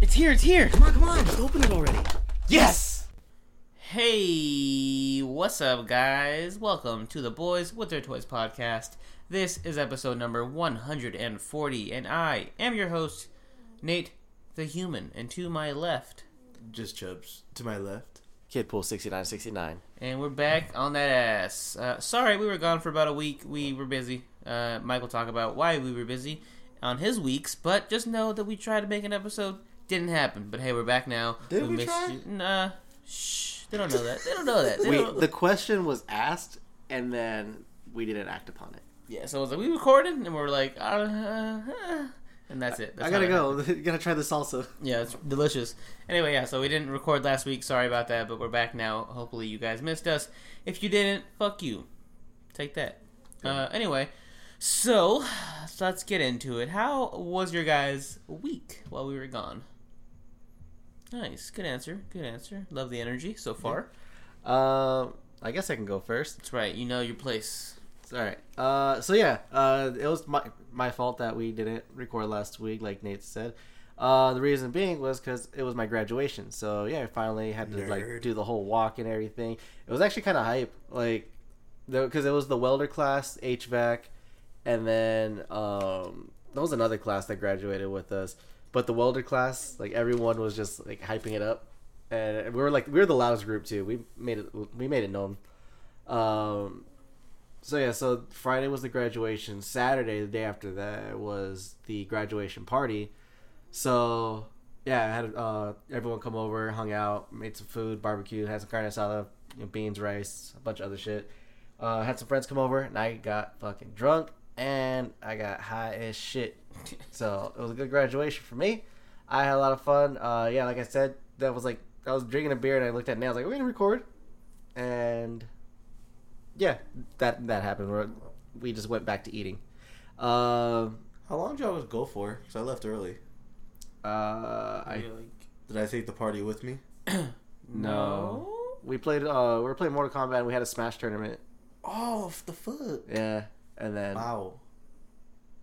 It's here, it's here. Come on, come on. Just open it already. Yes! Hey, what's up, guys? Welcome to the Boys with Their Toys podcast. This is episode number 140, and I am your host, Nate the Human, and to my left. Just Chubbs to my left. Kidpool 6969. And we're back on that ass. Uh, sorry, we were gone for about a week. We were busy. Uh, Mike will talk about why we were busy on his weeks, but just know that we tried to make an episode. Didn't happen. But hey, we're back now. Did we missed try? You. Nah. Shh. They don't know that. They don't know that. They We don't- the question was asked and then we didn't act upon it. Yeah, so I was like, we recorded, and we are like, uh, uh, uh, and that's it. That's I gotta how it happened. go. gotta try the salsa. Yeah, it's delicious. Anyway, yeah, so we didn't record last week. Sorry about that, but we're back now. Hopefully, you guys missed us. If you didn't, fuck you. Take that. Uh, anyway, so, so let's get into it. How was your guys' week while we were gone? Nice. Good answer. Good answer. Love the energy so far. Um, I guess I can go first. That's right. You know your place. It's all right. Uh, so yeah, uh, it was my my fault that we didn't record last week, like Nate said. Uh, the reason being was because it was my graduation. So yeah, I finally had to Nerd. like do the whole walk and everything. It was actually kind of hype, like, because it was the welder class, HVAC, and then um, there was another class that graduated with us. But the welder class, like everyone was just like hyping it up, and we were like we were the loudest group too. We made it we made it known. Um, so yeah, so Friday was the graduation. Saturday, the day after that, was the graduation party. So yeah, I had uh, everyone come over, hung out, made some food, barbecue, had some carne asada, you know, beans, rice, a bunch of other shit. Uh, had some friends come over, and I got fucking drunk, and I got high as shit. So it was a good graduation for me. I had a lot of fun. Uh, yeah, like I said, that was like I was drinking a beer, and I looked at nails like we're gonna record, and yeah, that that happened. We're, we just went back to eating. Um, How long did y'all go for? Because I left early. uh, I You're like, Did I take the party with me? no. We played. Uh, we were playing Mortal Kombat. and We had a Smash tournament. Oh, f- the fuck. Yeah, and then Wow.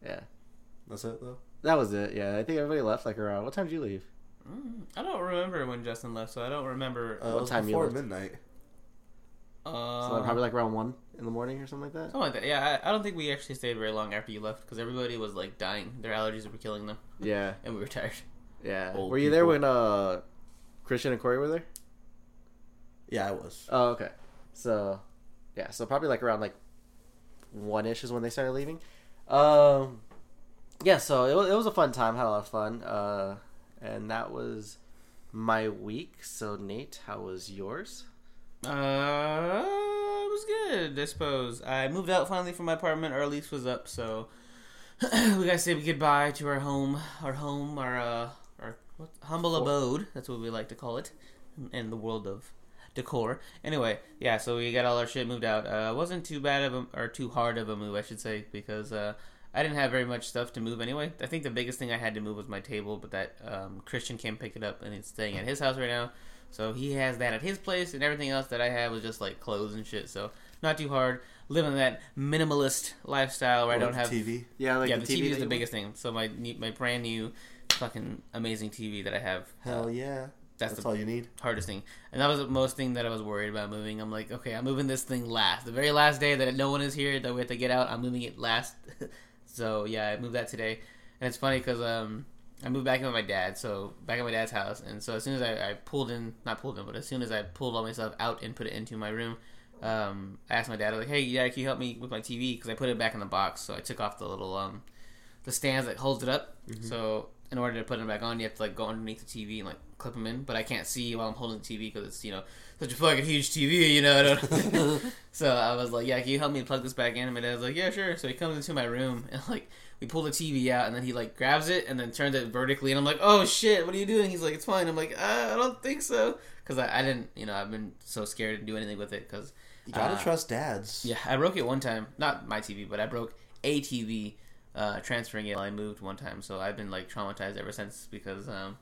yeah, That's it, though? that was it. Yeah, I think everybody left like around. What time did you leave? Mm, I don't remember when Justin left, so I don't remember. Uh, it What was time you before left? midnight. Uh, So probably like around one in the morning or something like that. Something like that. Yeah, I, I don't think we actually stayed very long after you left because everybody was like dying. Their allergies were killing them, Yeah, and we were tired. yeah. Old were you there people. when uh, Christian and Corey were there? Yeah, I was. Oh, okay. So, yeah, so probably like around like one ish is when they started leaving. Um, yeah, so it, wa- it was a fun time. Had a lot of fun. Uh, and that was my week. So, Nate, how was yours? Uh, it was good, I suppose. I moved out finally from my apartment. Our lease was up, so we gotta say goodbye to our home, our home, our uh, our what, humble abode. That's what we like to call it in the world of decor. Anyway, yeah, so we got all our shit moved out. Uh, wasn't too bad of a, or too hard of a move, I should say, because uh, I didn't have very much stuff to move anyway. I think the biggest thing I had to move was my table, but that um, Christian came picked it up and it's staying at his house right now. So he has that at his place, and everything else that I had was just like clothes and shit. So not too hard. Living that minimalist lifestyle where I don't With have TV. Yeah, like yeah, the, TV, that is the you- biggest thing. So my ne- my brand new fucking amazing TV that I have. Hell yeah. That's That's, the- all you need. Hardest thing, and that was the most thing that I was worried about moving. I'm like, okay, I'm moving this thing last, the very last day that no one is here, that we have to get out. I'm moving it last. so yeah, I moved that today, and it's funny because um, I moved back in with my dad, so back at my dad's house, and so as soon as I, I pulled in, not pulled in, but as soon as I pulled all my stuff out and put it into my room, um, I asked my dad, I was like, hey, dad, can you help me with my TV? Because I put it back in the box, so I took off the little um, the stands that holds it up. So in order to put them back on, you have to like go underneath the TV and like clip them in. But I can't see while I'm holding the TV because it's you know such a fucking huge TV, you know. I don't- so I was like, yeah, can you help me plug this back in? And my dad's like, yeah, sure. So he comes into my room and like we pull the TV out and then he like grabs it and then turns it vertically and I'm like, oh shit, what are you doing? He's like, it's fine. I'm like, uh, I don't think so because I, I didn't, you know, I've been so scared to do anything with it because You gotta Uh, trust dads. yeah, I broke it one time. Not my TV, but I broke a TV uh, transferring it while I moved one time. So I've been like traumatized ever since because um,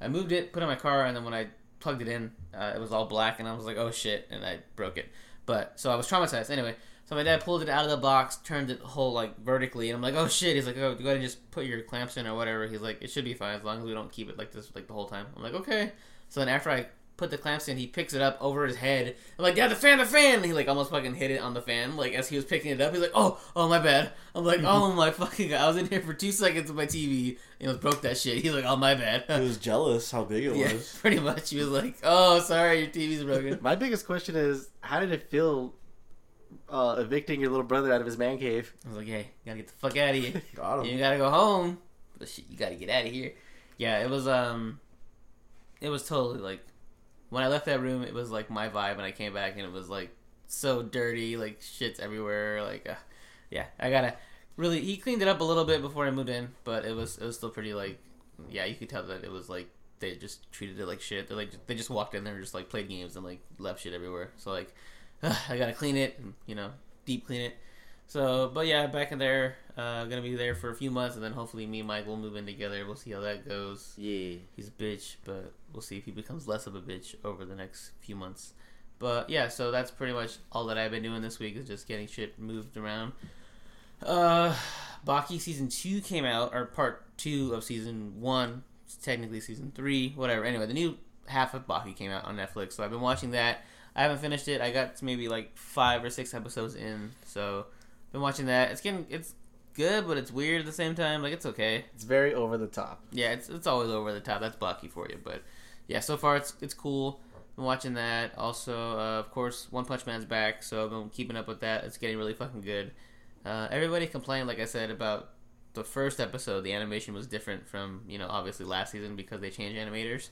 I moved it, put it in my car, and then when I plugged it in, uh, it was all black, and I was like, oh shit, and I broke it. But so I was traumatized anyway. So So my dad pulled it out of the box, turned it whole like vertically, and I'm like, oh shit. He's like, oh, go ahead and just put your clamps in or whatever. He's like, it should be fine as long as we don't keep it like this like the whole time. I'm like, okay. So then after I put the clamps in, he picks it up over his head. I'm like, yeah, the fan, the fan. And he like almost fucking hit it on the fan. Like as he was picking it up, he's like, oh, oh my bad. I'm like, oh my fucking god. I was in here for two seconds with my TV and it broke that shit. He's like, oh my bad. He was jealous how big it yeah, was. pretty much. He was like, oh sorry, your TV's broken. My biggest question is, how did it feel uh, evicting your little brother out of his man cave? I was like, hey, gotta get the fuck out of here. Got You him. gotta go home, but shit, you gotta get out of here. Yeah, it was um, it was totally like when I left that room, it was like my vibe, and I came back and it was like so dirty, like shits everywhere, like uh, yeah, I gotta really. He cleaned it up a little bit before I moved in, but it was it was still pretty like yeah, you could tell that it was like they just treated it like shit. They like they just walked in there and just like played games and like left shit everywhere. So like I gotta clean it, and, you know, deep clean it. So, but yeah, back in there, uh, gonna be there for a few months, and then hopefully me and Mike will move in together. We'll see how that goes. Yeah. He's a bitch, but we'll see if he becomes less of a bitch over the next few months. But yeah, so that's pretty much all that I've been doing this week is just getting shit moved around. Uh, Baki season two came out, or part two of season one, it's technically season three, whatever. Anyway, the new half of Baki came out on Netflix, so I've been watching that. I haven't finished it. I got to maybe like five or six episodes in, so been watching that. It's getting it's good, but it's weird at the same time. Like it's okay. It's very over the top. Yeah, it's it's always over the top. That's Bucky for you, but yeah, so far it's it's cool. Been watching that. Also, uh, of course, One Punch Man's back, so I've been keeping up with that. It's getting really fucking good. Uh, everybody complained, like I said, about the first episode. The animation was different from you know obviously last season because they changed animators.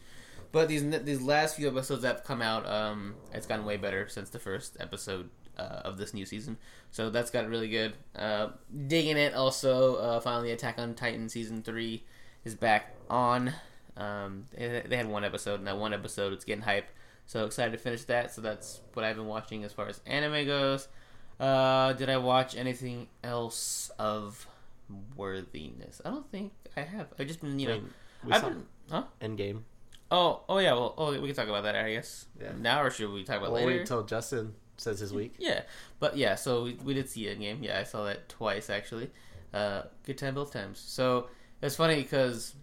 But these n- these last few episodes that have come out, um, it's gotten way better since the first episode uh, of this new season. So that's gotten really good. Uh, digging it. Also, uh, finally, Attack on Titan season three is back on. Um, they they had one episode, and that one episode it's getting hype. So excited to finish that. So that's what I've been watching as far as anime goes. Uh, did I watch anything else of worthiness? I don't think I have. I've just been, you know, we I've saw- been, huh? Endgame. Oh, oh yeah. Well, oh, we can talk about that, I guess. Yeah. Now or should we talk about We'll later? wait till Justin says his week. Yeah, but yeah, so we, we did see Endgame. Yeah, I saw that twice actually. Uh, good time both times. So it's funny because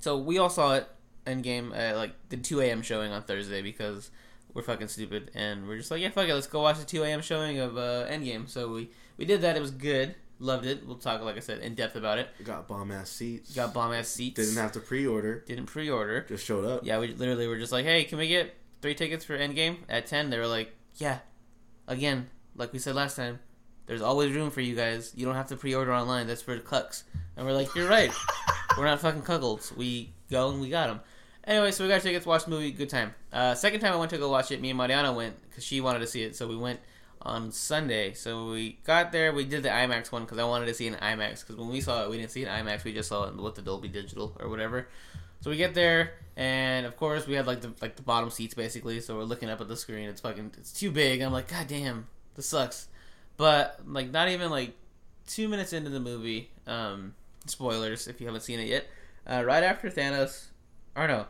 so we all saw it Endgame at like the two a.m. showing on Thursday because we're fucking stupid and we're just like yeah fuck it let's go watch the two a.m. showing of uh, Endgame. So we we did that. It was good. Loved it. We'll talk like I said in depth about it. Got bomb ass seats. Got bomb ass seats. Didn't have to pre order. didn't pre-order. Just showed up. Yeah, we literally were just like, hey, can we get three tickets for Endgame at 10? They were like, yeah. Again, like we said last time, there's always room for you guys. You don't have to pre order online. That's for cucks. And we're like, you're right. we're not fucking cuckolds. We go and we got them. Anyway, so we got tickets, watched the movie, good time. Uh, second time I went to go watch it, me and Mariana went because she wanted to see it, so we went on Sunday. So we got there, we did the IMAX one because I wanted to see an IMAX because when we saw it, we didn't see an IMAX, we just saw it with the Dolby Digital or whatever. So we get there, and of course we had like the like the bottom seats basically. So we're looking up at the screen. It's fucking it's too big. I'm like, god damn, this sucks. But like not even like two minutes into the movie, um, spoilers if you haven't seen it yet. Uh, right after Thanos, or no,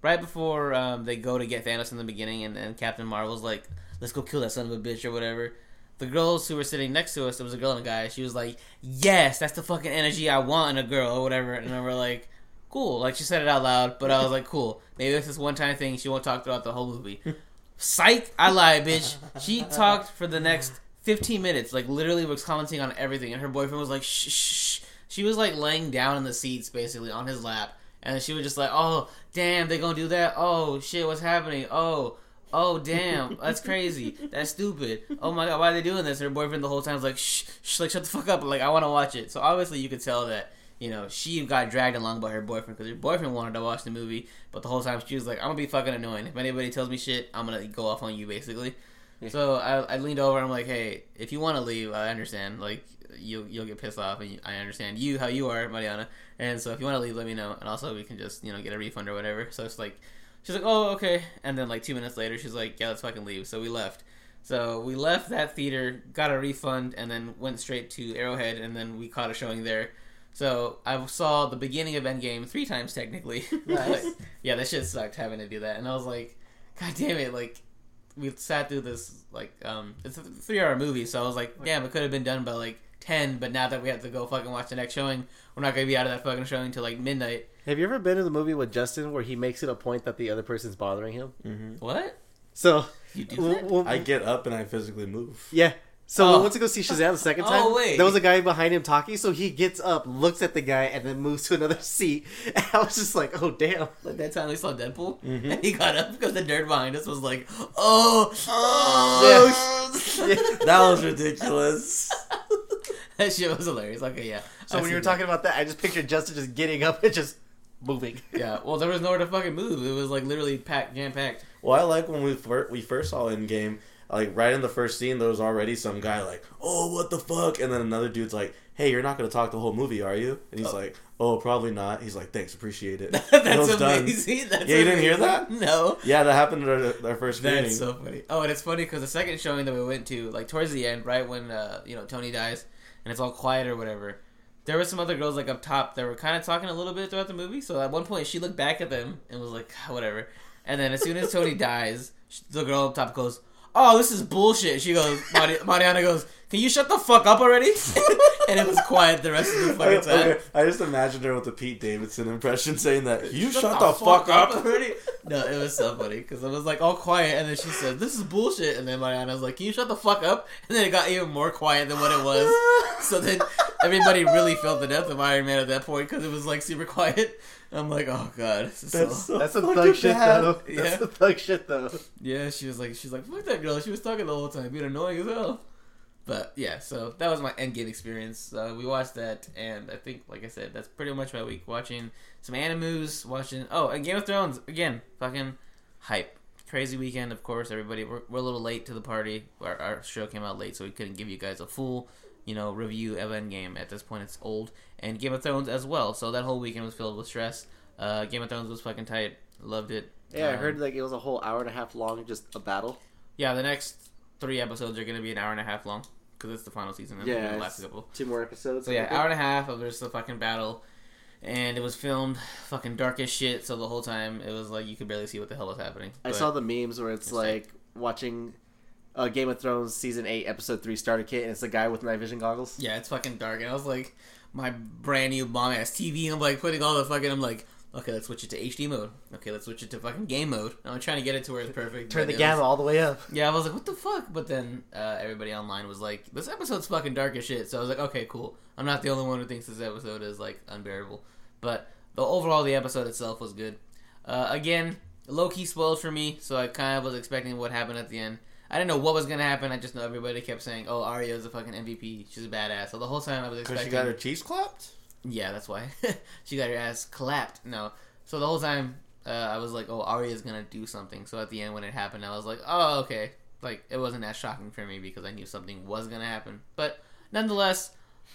right before um, they go to get Thanos in the beginning, and, and Captain Marvel's like, let's go kill that son of a bitch or whatever. The girls who were sitting next to us, it was a girl and a guy. She was like, "Yes, that's the fucking energy I want in a girl or whatever." And then we're like, cool. Like she said it out loud, but I was like, cool. Maybe this is one time thing. She won't talk throughout the whole movie. Psych! I lied, bitch. She talked for the next 15 minutes. Like literally was commenting on everything, and her boyfriend was like, shh, shh. shh." She was like laying down in the seats, basically on his lap, and she was just like, oh damn, they gonna do that? Oh shit, what's happening? Oh. Oh damn, that's crazy. That's stupid. Oh my god, why are they doing this? And her boyfriend the whole time was like, shh, shh, like shut the fuck up. Like I want to watch it. So obviously you could tell that you know, she got dragged along by her boyfriend because her boyfriend wanted to watch the movie, but the whole time she was like, "I'm gonna be fucking annoying. If anybody tells me shit, I'm gonna go off on you." Basically, so I, I leaned over. I'm like, "Hey, if you want to leave, I understand. Like, you'll you'll get pissed off, and you, I understand you how you are, Mariana. And so if you want to leave, let me know. And also we can just you know get a refund or whatever." So it's like, she's like, "Oh, okay." And then like two minutes later, she's like, "Yeah, let's fucking leave." So we left. So we left that theater, got a refund, and then went straight to Arrowhead, and then we caught a showing there. So I saw the beginning of Endgame three times technically. Nice. But, yeah, that shit sucked having to do that, and I was like, God damn it! Like, we sat through this like um it's a three hour movie, so I was like, damn, it could have been done by like ten, but now that we have to go fucking watch the next showing, we're not gonna be out of that fucking showing till like midnight. Have you ever been in the movie with Justin where he makes it a point that the other person's bothering him? What? So You do w- that? w- I get up and I physically move. yeah. So Oh. we went to go see Shazam the second Oh, time. wait. There was a guy behind him talking, so he gets up, looks at the guy, and then moves to another seat. And I was just like, "Oh damn!" Like that time we saw Deadpool, Mm-hmm. and he got up because the nerd behind us was like, "Oh, oh, Yeah. That was ridiculous. that shit was hilarious." Okay, yeah. So I when see you were that. talking about that, I just pictured Justin just getting up and just moving. yeah. Well, there was nowhere to fucking move. It was like literally packed, jam packed. Well, I like when we fir- we first saw in game, like right in the first scene, there was already some guy like, "Oh, what the fuck," and then another dude's like, "Hey, you're not gonna talk the whole movie, are you?" And he's like, "Oh, probably not." He's like, "Thanks, appreciate it." And it That's was done. amazing. That's Yeah, you didn't hear amazing. No. Yeah, that happened at our, our first meeting. That's so funny. Oh, and it's funny because the second showing that we went to, like towards the end, right when uh, you know Tony dies and it's all quiet or whatever, there were some other girls like up top that were kind of talking a little bit throughout the movie. So at one point, she looked back at them and was like, "Ah, "Whatever." And then as soon as Tony dies, sh- the girl up top goes, "Oh, this is bullshit." She goes, Mari- Mariana goes, "Can you shut the fuck up already?" and it was quiet the rest of the Okay, fucking time. okay, I just imagined her with the Pete Davidson impression saying that you shut, the, fuck, up. already. No, it was so funny because it was like all quiet, and then she said, "This is bullshit," and then Mariana's like, "Can you shut the fuck up?" And then it got even more quiet than what it was. So then everybody really felt the death of Iron Man at that point because it was like super quiet. I'm like, "Oh god, this is That's so." so That's some fucking thug shit bad. though. That's Yeah. some thug shit though. Yeah, she was like, she's like, "Fuck that girl." She was talking the whole time, being annoying as hell. But yeah, so that was my Endgame experience. Uh, we watched that, and I think, like I said, that's pretty much my week. Watching some animus, watching oh, and Game of Thrones again. Fucking hype, crazy weekend. Of course, everybody. We're, we're a little late to the party. Our, our show came out late, so we couldn't give you guys a full, you know, review of Endgame. At this point, it's old, and Game of Thrones as well. So that whole weekend was filled with stress. Uh, Game of Thrones was fucking tight. Loved it. Yeah, I Um, heard like it was a whole hour and a half long, just a battle. yeah, the next three episodes are going to be an hour and a half long because it's the final season. And Yeah, the it's last couple. Two more episodes. So yeah, hour and a half of just the fucking battle, and it was filmed fucking dark as shit. So the whole time it was like you could barely see what the hell was happening. I But- saw the memes where it's like watching uh, Game of Thrones season eight episode three starter kit, and it's the guy with night vision goggles. Yeah, it's fucking dark, and I was like, my brand new bomb ass TV. I'm like putting all the fucking. I'm like, okay, let's switch it to HD mode. Okay, let's switch it to fucking game mode. And I'm trying to get it to where it's perfect. Turn but the it was- gamma all the way up. Yeah, I was like, what the fuck? But then uh, everybody online was like, this episode's fucking dark as shit. So I was like, okay, cool. I'm not the only one who thinks this episode is like unbearable. But the overall, the episode itself was good. Uh, again, low key spoiled for me, so I kind of was expecting what happened at the end. I didn't know what was gonna happen. I just know everybody kept saying, "Oh, Arya's a fucking MVP. She's a badass." So the whole time I was Because expecting. she got her cheeks clapped. Yeah, that's why. she got her ass clapped. No. So the whole time, uh, I was like, oh, Arya's gonna do something. So at the end, when it happened, I was like, oh, okay. Like, it wasn't that shocking for me because I knew something was gonna happen. But nonetheless,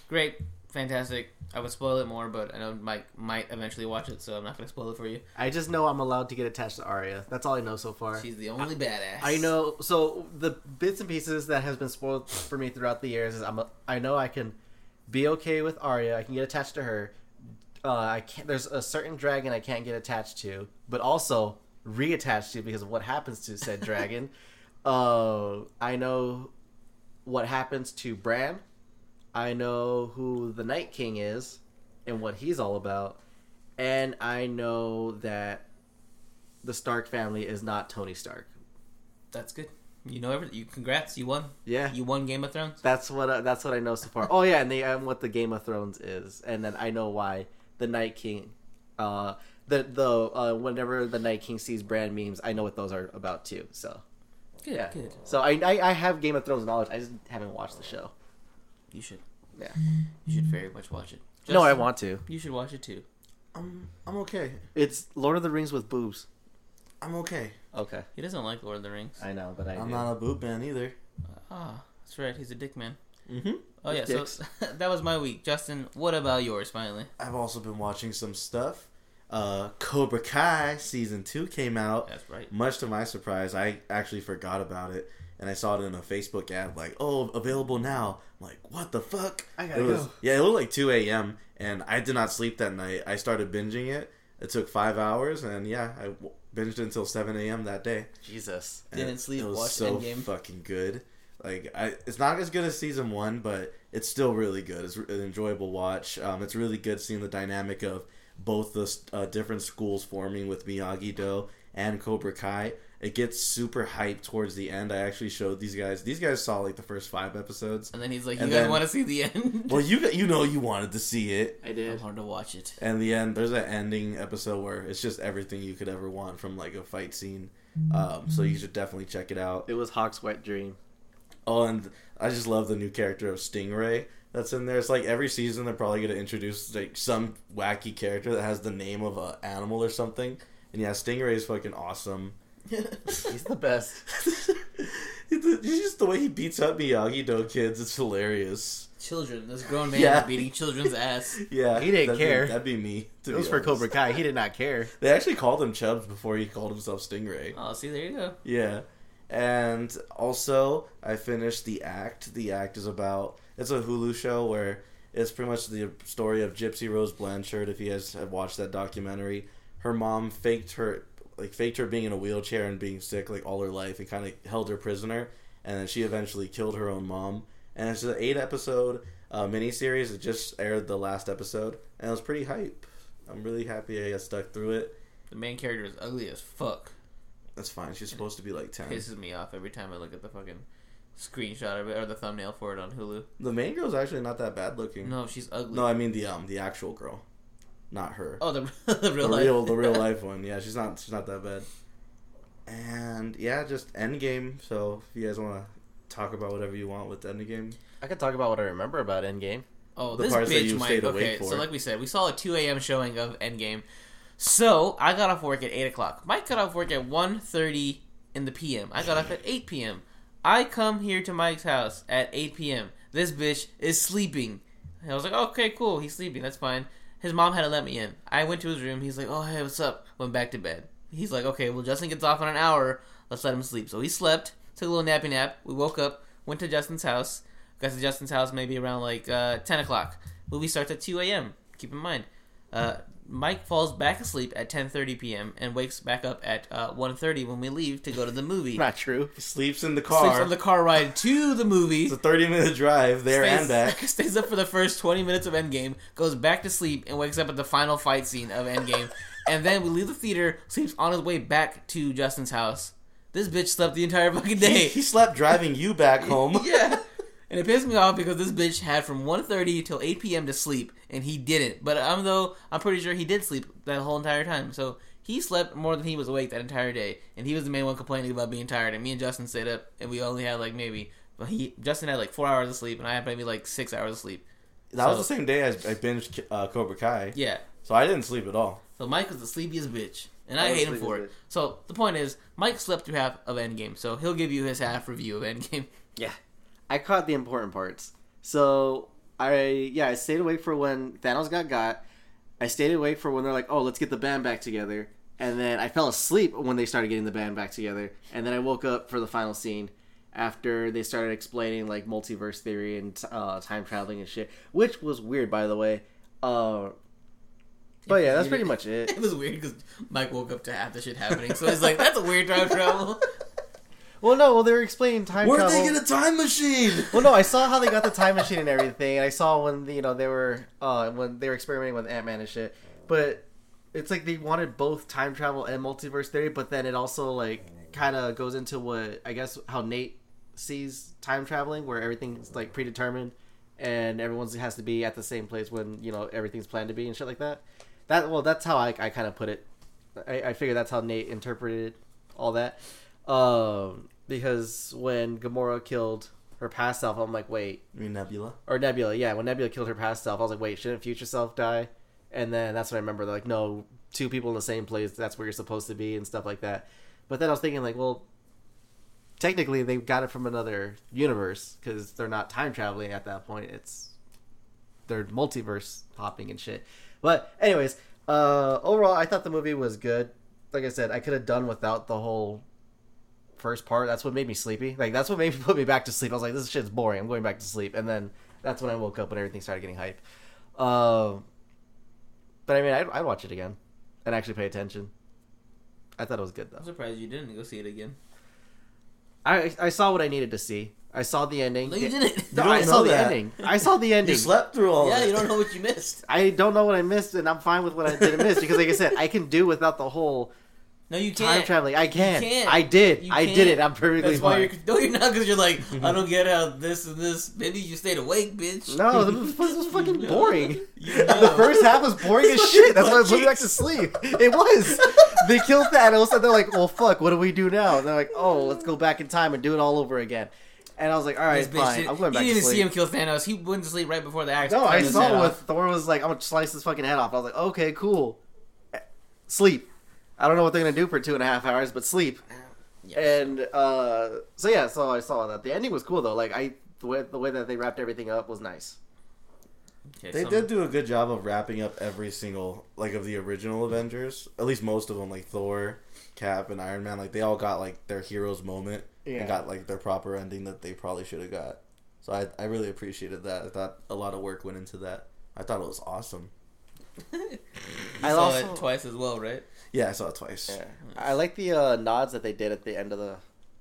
great. Fantastic. I would spoil it more, but I know Mike might eventually watch it, so I'm not gonna spoil it for you. I just know I'm allowed to get attached to Arya. That's all I know so far. She's the only badass. I know. So the bits and pieces that has been spoiled for me throughout the years is I'm a, I know I can be okay with Arya. I can get attached to her. Uh, I can't. There's a certain dragon I can't get attached to, but also reattached to because of what happens to said dragon. Uh, I know what happens to Bran. I know who the Night King is and what he's all about, and I know that the Stark family is not Tony Stark. That's good. You know everything. You congrats. You won. Yeah. You won Game of Thrones. That's what I, that's what I know so far. Oh yeah, and they and what the Game of Thrones is, and then I know why the Night King, uh, the the uh, whenever the Night King sees brand memes, I know what those are about too. So Good. yeah, Good. so I, I I have Game of Thrones knowledge. I just haven't watched the show. You should. Yeah. You should very much watch it. no, I Justin, want to. You should watch it too. I'm Um, I'm okay. It's Lord of the Rings with boobs. I'm okay. Okay, He doesn't like Lord of the Rings. I know, but I I'm do. not a boob man either. Ah, that's right. He's a dick man. Mm-hmm. Oh yeah, so Dicks. that was my week. Justin, what about yours? Finally, I've also been watching some stuff. Uh, Cobra Kai season two came out. that's right. Much to my surprise, I actually forgot about it, and I saw it in a Facebook ad like, "Oh, available now." I'm like, what the fuck? I gotta It was- go. Yeah, it was like two a.m. and I did not sleep that night. I started binging it. It took five hours, and yeah, I w- binged until seven a.m. that day. Jesus. And Didn't sleep, It was watched so Endgame. fucking good. Like I, it's not as good as season one, but it's still really good. It's an enjoyable watch. Um, it's really good seeing the dynamic of both the uh, different schools forming with Miyagi Do and Cobra Kai. It gets super hyped towards the end. I actually showed these guys. These guys saw like the first five episodes. And then he's like, "You And guys then- want to see the end? Well, you you know you wanted to see it. I I'm did. hard to watch it." And the end, there's an ending episode where it's just everything you could ever want from like a fight scene. Um, so you should definitely check it out. It was Hawk's wet dream. Oh, and I just love the new character of Stingray that's in there. It's like every season they're probably gonna introduce like some wacky character that has the name of a animal or something. And yeah, Stingray is fucking awesome. He's the best. it's just the way he beats up Miyagi Do kids. It's hilarious. Children, this grown man Yeah. beating children's ass. Yeah, He didn't that'd care. Be, that'd be me. to It be was for honest. Cobra Kai. He did not care. They actually called him Chubbs before he called himself Stingray. Oh, see, there you go. Yeah. And also, I finished The Act. The Act is about it's a Hulu show where it's pretty much the story of Gypsy Rose Blanchard. If you guys have watched that documentary, her mom faked her like faked her being in a wheelchair and being sick like all her life and kind of held her prisoner and then she eventually killed her own mom and it's an eight episode uh, miniseries it just aired the last episode and it was pretty hype i'm really happy i got stuck through it The main character is ugly as fuck. that's fine she's supposed to be like 10 Pisses me off every time I look at the fucking screenshot of it or the thumbnail for it on Hulu. The main girl's actually not that bad looking. No, No, she's ugly. I mean the um the actual girl, not her. Oh, the, the real the life. real the real life one. Yeah, she's not she's not that bad. And yeah, just Endgame. So if you guys want to talk about whatever you want with Endgame, I could talk about what I remember about Endgame. Oh, the this parts that bitch you might. stayed awake Okay, so for. like we said, we saw a 2 a.m. showing of Endgame. So I got off work at 8 o'clock. Mike got off work at 1.30 in the p.m. I got off at 8 p.m. I come here to Mike's house at 8 p.m. This bitch is sleeping. And I was like, okay, cool. He's sleeping. That's fine. His mom had to let me in. I went to his room. He's like, oh, hey, what's up? Went back to bed. He's like, okay, well, Justin gets off in an hour. Let's let him sleep. So he slept, took a little nappy nap. We woke up, went to Justin's house. Got to Justin's house maybe around like uh, 10 o'clock. Movie starts at 2 a.m. Keep in mind. Uh, Mike falls back asleep at 10:30 p.m. and wakes back up at uh, 1:30 when we leave to go to the movie. Not true. sleeps in the car. Sleeps on the car ride to the movie. It's a thirty minute drive there stays, and back. stays up for the first 20 minutes of Endgame, goes back to sleep, and wakes up at the final fight scene of Endgame. and then we leave the theater, sleeps on his way back to Justin's house. This bitch slept the entire fucking He, day. he slept driving you back home. yeah. And it pissed me off because this bitch had from 1.30 till 8 p.m. to sleep, and he didn't. But I'm though I'm pretty sure he did sleep that whole entire time. So he slept more than he was awake that entire day, and he was the main one complaining about being tired. And me and Justin stayed up, and we only had like maybe, but he Justin had like four hours of sleep, and I had maybe like six hours of sleep. That was So- the same day I, I binged uh, Cobra Kai, Yeah. so I didn't sleep at all. So Mike was the sleepiest bitch, and I, was hate him sleepy for as it. So the point is, Mike slept through half of Endgame, so he'll give you his half review of Endgame. Yeah. I caught the important parts. So I yeah, I stayed awake for when Thanos got got. I stayed awake for when they're like, "Oh, let's get the band back together." And then I fell asleep when they started getting the band back together. And then I woke up for the final scene after they started explaining like multiverse theory and uh, time traveling and shit, which was weird by the way. Uh, but yeah, that's pretty much it. It was weird because Mike woke up to half the shit happening, so he's like, "That's a weird time travel." Well, no, well they were explaining time Where'd travel. they get a time machine? well, no, I saw how they got the time machine and everything. And I saw when you know they were uh, when they were experimenting with Ant Man and shit. But it's like they wanted both time travel and multiverse theory, but then it also like kind of goes into what I guess how Nate sees time traveling, where everything's like predetermined and everyone's has to be at the same place when you know everything's planned to be and shit like that. That well, that's how I, I kind of put it. I, I figure that's how Nate interpreted all that. Um, because when Gamora killed her past self, I'm like, wait, I mean Nebula. or Nebula, yeah, when Nebula killed her past self, I was like, wait, shouldn't future self die? And then that's when I remember, they're like, no, two people in the same place, that's where you're supposed to be, and stuff like that. But then I was thinking, like, well, technically they got it from another universe because they're not time traveling at that point. It's they're multiverse hopping and shit. But anyways, uh, overall, I thought the movie was good. Like I said, I could have done without the whole first part. That's what made me sleepy. Like that's what made me put me back to sleep. I was like, this shit's boring. I'm going back to sleep. And then that's when I woke up when everything started getting hype. Um, but I mean, I'd, I'd watch it again. I and actually pay attention. I thought it was good I'm though. surprised you didn't go see it again. I I saw what I needed to see. I saw the ending. No, you The- didn't. No, You I don't saw know the that. ending. I saw the ending. You slept through all yeah, that. you don't know what you missed. I don't know what I missed, and I'm fine with what I didn't miss because, like I said, I can do without the whole No, you can't. time traveling. I can. can't. I did. You I can't. did it. I'm perfectly That's why fine. you're. No, you're not, because you're like, Mm-hmm. I don't get how this and this. Maybe you stayed awake, bitch. No, this was, this was fucking No. boring. You The know. first half was boring as shit. That's why I put me back to sleep. It was. They killed Thanos, and they're like, "Well, fuck. What do we do now?" And they're like, "Oh, let's go back in time and do it all over again." And I was like, "All right, This bitch fine. did- I'm going back you to didn't see him sleep." kill Thanos. He went to sleep right before the axe. No, I cut his head saw what off. Thor was like. I'm gonna slice his fucking head off. I was like, "Okay, cool. Sleep." I don't know what they're gonna do for two and a half hours, but sleep. Yeah. And uh, so yeah, so I saw that. The ending was cool though. Like I, the way, the way that they wrapped everything up was nice. Okay, They some- did do a good job of wrapping up every single like of the original Avengers, at least most of them, like Thor, Cap, and Iron Man. Like they all got like their heroes moment Yeah. and got like their proper ending that they probably should have got. So I I really appreciated that. I thought a lot of work went into that. I thought it was awesome. You I saw also- it twice as well, right? Yeah, I saw it twice. I like the uh, nods that they did at the end of the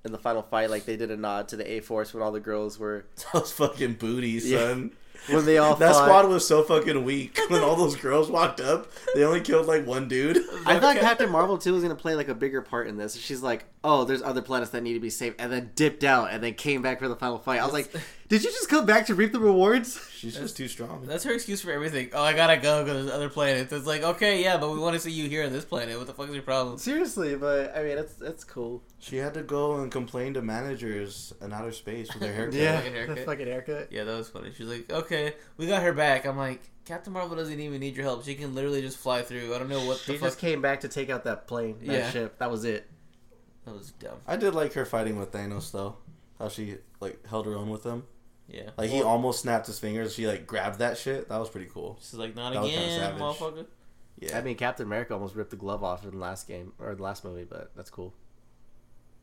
in the final fight. Like they did a nod to the A Force when all the girls were Those fucking booties, Yeah. son. when they all. That fought. squad was so fucking weak. When all those girls walked up, they only killed like one dude. I thought Captain Marvel too was gonna play like a bigger part in this. She's like, "Oh, there's other planets that need to be saved," and then dipped out and then came back for the final fight. I was like, "Did you just come back to reap the rewards?" She's just too strong. That's her excuse for everything. Oh, I gotta go because there's other planets. It's like, okay, yeah, but we want to see you here on this planet. What the fuck is your problem? Seriously, but I mean, that's that's cool. She had to go and complain to managers in outer space with her haircut. Yeah, Fucking haircut. that fucking haircut. Yeah, that was funny. She's like, okay, we got her back. I'm like, Captain Marvel doesn't even need your help. She can literally just fly through. I don't know what She the fuck. just came back to take out that plane, that Yeah. ship. That was it. That was dumb. I did like her fighting with Thanos though. How she like held her own with him. Yeah. Like he almost snapped his fingers. She like grabbed that shit. That was pretty cool. She's like, not That was kinda again, savage. motherfucker. Yeah. I mean, Captain America almost ripped the glove off in the last game or the last movie, but that's cool.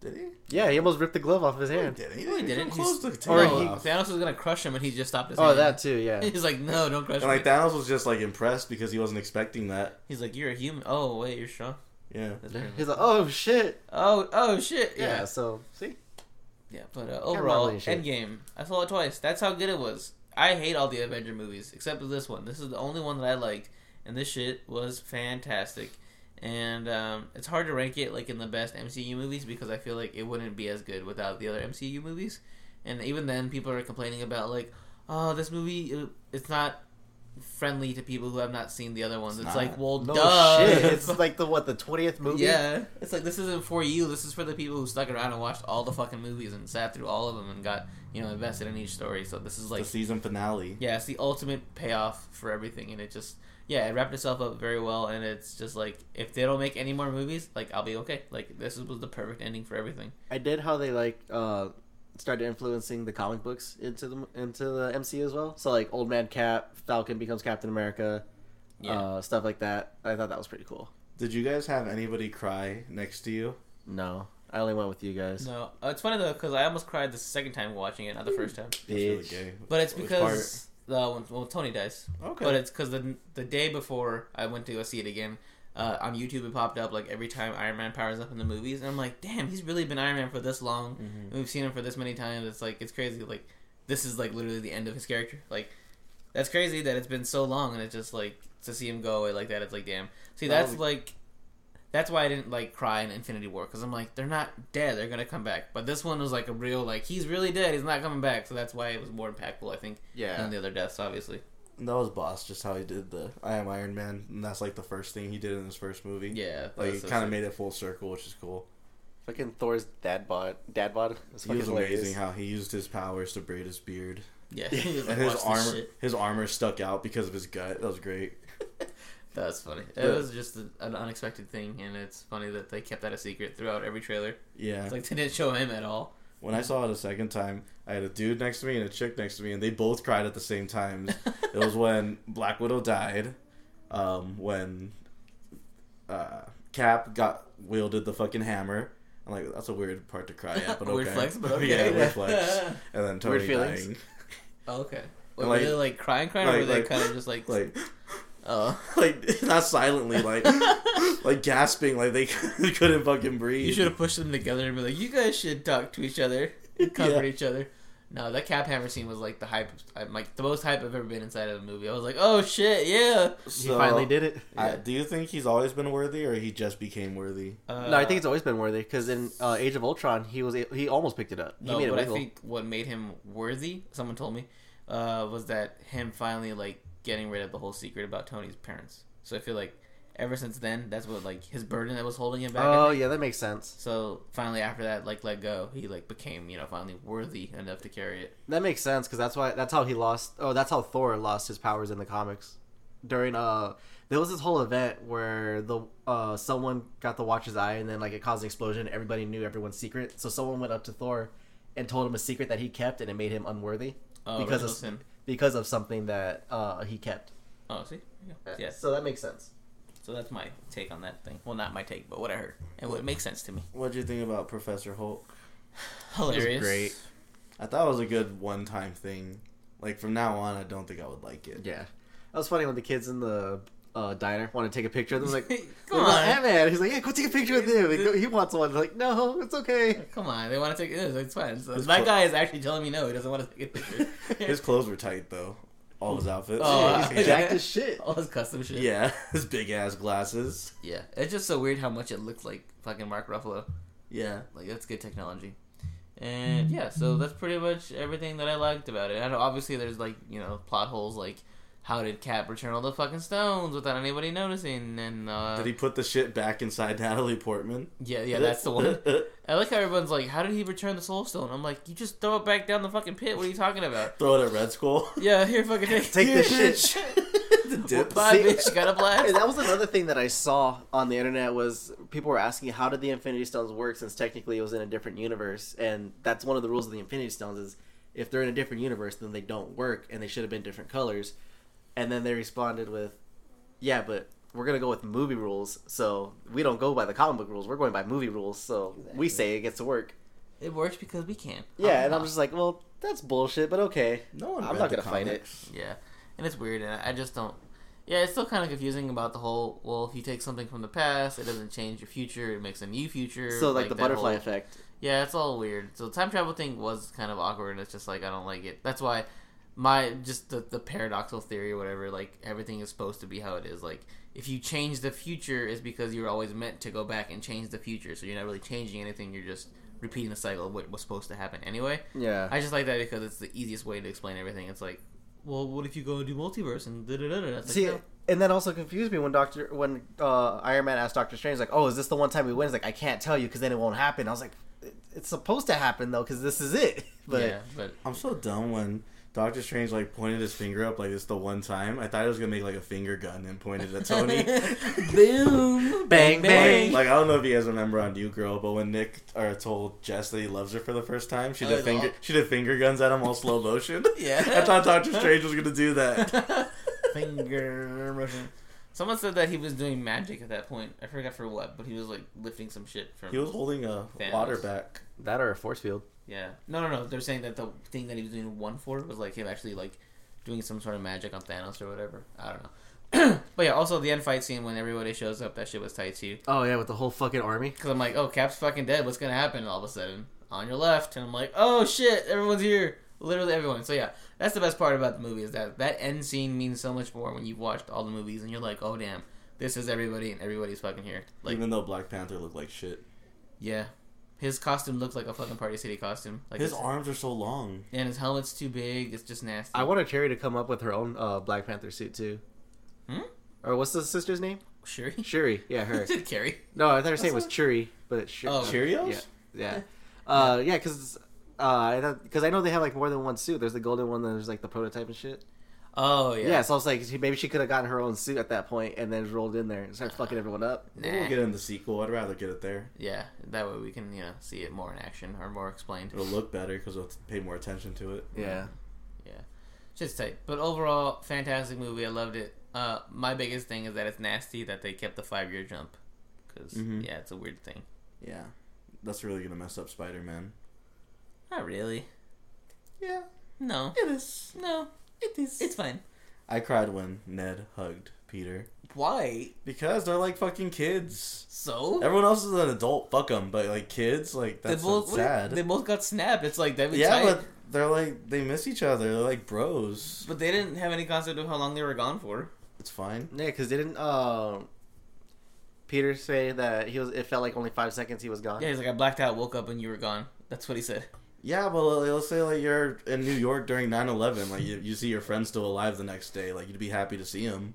did he? Yeah, he almost ripped the glove off his hand. Did he? No, he didn't. Close He's- to Or tail he- No, off. Thanos was gonna crush him, and he just stopped his. Oh, hand. that too. Yeah. He's like, no, don't crush And me. like Thanos was just like impressed because he wasn't expecting that. He's like, you're a human. Oh wait, you're strong. Yeah. That's pretty much- He's like, oh shit. oh, oh shit. Yeah. Yeah, so see, yeah. But uh, Marvel overall, ain't shit. Endgame. I saw it twice. That's how good it was. I hate all the Avenger movies except for this one. This is the only one that I liked, and this shit was fantastic. And um, it's hard to rank it like in the best MCU movies because I feel like it wouldn't be as good without the other MCU movies. And even then, people are complaining about like, oh, this movie it- it's not friendly to people who have not seen the other ones. It's, It's not. like, well, no duh. shit. It's like the what the twentieth movie. Yeah, it's like this isn't for you. This is for the people who stuck around and watched all the fucking movies and sat through all of them and got you know invested in each story. So this is the like, season finale. yeah, it's the ultimate payoff for everything, and it just yeah, it wrapped itself up very well. And it's just like if they don't make any more movies, like I'll be okay. Like this was the perfect ending for everything. I did how they like uh started influencing the comic books into the into the MCU as well. So like Old Man Cap, Falcon becomes Captain America, Yeah. uh, stuff like that. I thought that was pretty cool. Did you guys have anybody cry next to you? No, I only went with you guys. No, uh, it's funny though because I almost cried the second time watching it, not the first time. That's really Bitch. gay. But it's Which because uh, when, well, Tony dies. part? okay. But it's because the the day before I went to go see it again, uh, on YouTube it popped up like every time Iron Man powers up in the movies, and I'm like, damn, he's really been Iron Man for this long, and we've seen him for this many times. It's like it's crazy. Like this is like literally the end of his character. Like that's crazy that it's been so long, and it's just like to see him go away like that. It's like damn. See, That that's was- like. That's why I didn't like cry in Infinity War because I'm like they're not dead they're gonna come back but this one was like a real like he's really dead he's not coming back so that's why it was more impactful I think than the other deaths obviously that was boss just how he did the I am Iron Man and that's like the first thing he did in his first movie. yeah that Like was so it kind sick. of made it full circle, which is cool. Fucking Thor's dad bod. Dad bod. It's He fucking was hilarious. amazing how he used his powers to braid his beard, Yeah, he was like, and "Watch his this armor shit." his armor stuck out because of his gut. That was great. That was funny. It Yeah. was just a, an unexpected thing, and it's funny that they kept that a secret throughout every trailer. Yeah. It's like they didn't show him at all. When I saw it a second time, I had a dude next to me and a chick next to me, and they both cried at the same time. it was when Black Widow died, um, when uh, Cap got wielded the fucking hammer. I'm like, that's a weird part to cry at, but okay. Weird flex, but okay. yeah, weird flex. And then Tony Weird feelings. dying. Oh, okay. Wait, And were like- they like crying, crying, or like- were they like- kind of just like, Like, oh, like not silently, like like gasping, like they couldn't fucking breathe. You should have pushed them together and be like, you guys should talk to each other, and comfort each other. No, that cap hammer scene was like the hype, I'm, like the most hype I've ever been inside of a movie. I was like, oh shit, yeah. he finally did it. I- do you think he's always been worthy, or he just became worthy? Uh, no, I think it's always been worthy because in uh, Age of Ultron, he was a- he almost picked it up. He Uh, No, made it but I wiggle. think what made him worthy, someone told me, uh, was that him finally like getting rid of the whole secret about Tony's parents. So I feel like ever since then, that's what like his burden that was holding him back. I oh think. yeah, that makes sense. So finally, after that, like let go, he like became you know finally worthy enough to carry it. That makes sense because that's why that's how he lost. Oh, that's how Thor lost his powers in the comics. During uh, there was this whole event where the uh someone got the Watcher's eye and then like it caused an explosion. Everybody knew everyone's secret, so someone went up to Thor and told him a secret that he kept, and it made him unworthy Oh, because original of sin. because of something that uh he kept. Oh, see, There you go. yes. So that makes sense. So that's my take on that thing. Well, not my take, but what I heard and what makes sense to me. What do you think about Professor Hulk? Hilarious. great. I thought it was a good one-time thing. Like from now on, I don't think I would like it. Yeah, that was funny when the kids in the uh, diner want to take a picture of them. Like, Come "What about on. Ant-Man?" He's like, "Yeah, go take a picture with him." They go- he wants one. They're like, no, it's okay. Come on, they want to take it. It's fine. So His that clo- guy is actually telling me no, he doesn't want to take a picture. His clothes were tight though. All his outfits. Oh, He's jacked as shit. All his custom shit. yeah, his big ass glasses. Yeah, it's just so weird how much it looks like fucking Mark Ruffalo. Yeah. Like that's good technology. And yeah, so that's pretty much everything that I liked about it. I know obviously there's like you know plot holes like how did Cap return all the fucking stones without anybody noticing? And uh, Did he put the shit back inside Natalie Portman? yeah, yeah, that's the one. I like how everyone's like, how did he return the Soul Stone? I'm like, you just throw it back down the fucking pit. What are you talking about? Throw it at Red Skull. Yeah, here, fucking take, Take here, this shit. bitch. Dip. Bye, See- bitch. Got a blast. And that was another thing that I saw on the internet was people were asking how did the Infinity Stones work since technically it was in a different universe, and that's one of the rules of the Infinity Stones is if they're in a different universe then they don't work and they should have been different colors, and then they responded with, yeah, but we're gonna go with movie rules, so we don't go by the comic book rules, we're going by movie rules, so we say it gets to work. It works because we can. Yeah, and Uh-huh. I'm just like, well, that's bullshit, but okay, No one. I'm read not the gonna fight it. comics. Yeah, and it's weird, and I just don't. Yeah, it's still kind of confusing about the whole. Well, if you take something from the past, it doesn't change your future; it makes a new future. So like, the that butterfly whole- effect. yeah, it's all weird. So the time travel thing was kind of awkward, and it's just like I don't like it. That's why my just the, the paradoxical theory or whatever. Like everything is supposed to be how it is. Like if you change the future, is because you're always meant to go back and change the future. So you're not really changing anything. You're just repeating the cycle of what was supposed to happen anyway. Yeah. I just like that because it's the easiest way to explain everything. It's like, well, what if you go and do multiverse and da da da da? See, like, and that also confused me when Doctor when uh, Iron Man asked Doctor Strange like, "Oh, is this the one time we win?" He's like, "I can't tell you because then it won't happen." I was like, "It- "It's supposed to happen though because this is it." no. But yeah, but I'm so dumb when Doctor Strange like pointed his finger up like this the one time. I thought he was gonna make like a finger gun and point it at Tony. boom, Bang, bang. Like, like, I don't know if you guys remember on New Girl, but when Nick or told Jess that he loves her for the first time, she Oh, did it's finger all- she did finger guns at him all slow motion. Yeah. I thought Doctor Strange was gonna do that. finger motion. Someone said that he was doing magic at that point. I forgot for what, but he was like lifting some shit from. He was holding a Thanos. water back. that or a force field. yeah, no, no, no. They're saying that the thing that he was doing one for was like him actually like doing some sort of magic on Thanos or whatever. I don't know. but yeah, also the end fight scene when everybody shows up, that shit was tight too. Oh yeah, with the whole fucking army. Because I'm like, oh, Cap's fucking dead. What's gonna happen? All of a sudden, on your left, and I'm like, oh shit, everyone's here. Literally everyone. So yeah, that's the best part about the movie is that that end scene means so much more when you've watched all the movies and you're like, oh damn, this is everybody and everybody's fucking here. Like, even though Black Panther looked like shit. yeah, his costume looks like a fucking Party City costume. Like His his arms are so long. and his helmet's too big. It's just nasty. I wanted Cherry to come up with her own uh, Black Panther suit too. Hmm? Or what's the sister's name? Shuri. Shuri. Yeah, her. Did Carrie? No, I thought her name was Churi, but it's Shuri. Oh. Cheerios? Yeah, yeah, uh, yeah. Because uh, because I know they have like more than one suit. There's the golden one. then There's like the prototype and shit. Oh yeah. Yeah. so I was like, she- maybe she could have gotten her own suit at that point and then rolled in there and started fucking everyone up. Nah. We'll get in the sequel. I'd rather get it there. Yeah. That way we can you know see it more in action or more explained. It'll look better because we'll pay more attention to it. Yeah. Shit's tight. But overall, fantastic movie. I loved it. Uh, my biggest thing is that it's nasty that they kept the five year jump. Because, Mhm. yeah, it's a weird thing. Yeah, that's really gonna mess up Spider Man. Not really. Yeah, No. it is. No. It is. It's fine. I cried when Ned hugged Peter. Why? Because they're like fucking kids. So Everyone else is an adult. Fuck them. But like kids, like they that's both what- sad. they both got snapped. It's like that. yeah, but they're like they miss each other. They're like bros. but they didn't have any concept of how long they were gone for. It's fine. Yeah, because didn't um, Peter say that he was? It felt like only five seconds he was gone. Yeah, he's like I blacked out, woke up, and you were gone. That's what he said. Yeah, but like, let's say like you're in New York during 9-11. Like you, you see your friend still alive the next day. Like you'd be happy to see him.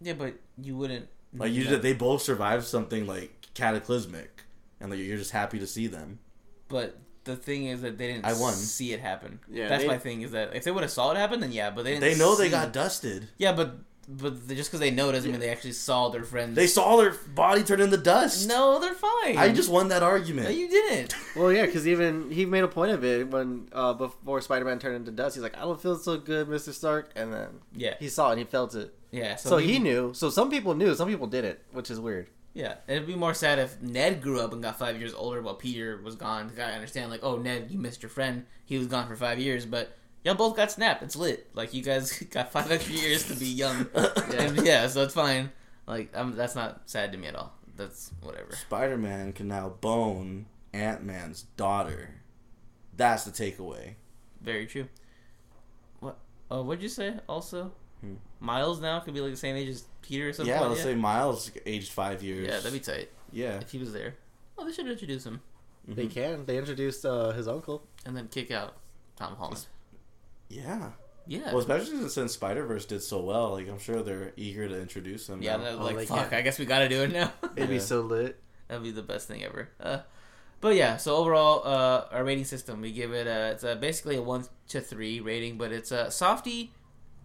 Yeah, but you wouldn't. Like you, know. they both survived something like cataclysmic, and like you're just happy to see them. But the thing is that they didn't. I won. See it happen. Yeah, that's they- my thing. Is that if they would have saw it happen, then yeah. But they didn't. They know they see- got dusted. Yeah, but but they- just because they know doesn't mean they actually saw their friends. They saw their body turn into dust. No, they're fine. I just won that No, argument. you didn't. Well, yeah, because even he made a point of it when uh, before Spider-Man turned into dust. He's like, "I don't feel so good, Mister Stark," and then Yeah. he saw it and he felt it. Yeah. So, he knew. So some people knew, some people didn't, which is weird. Yeah, it'd be more sad if Ned grew up and got five years older while Peter was gone. The guy understand like, oh Ned, you missed your friend. He was gone for five years, but y'all both got snapped. It's lit. Like you guys got five extra years to be young. And yeah, so it's fine. Like i that's not sad to me at all. That's whatever. Spider Man can now bone Ant Man's daughter. That's the takeaway. Very true. What? Oh, what'd you say? Also, Hmm. Miles now could be like the same age as Peter or something. Yeah, let's say Miles aged five years. Yeah, that'd be tight yeah. if he was there. Oh, they should introduce him They Mhm. can. They introduced uh, his uncle. and then kick out Tom Holland. Yeah. Yeah. Well, especially since Spider Verse did so well, like I'm sure they're eager to introduce him. Yeah, now. they're Oh, like they fuck. can't. I guess we gotta do it now. It'd be Yeah. so lit. That'd be the best thing ever. Uh, but yeah, so overall, uh, our rating system, we give it a, it's a, basically a one to three rating, but it's a softy,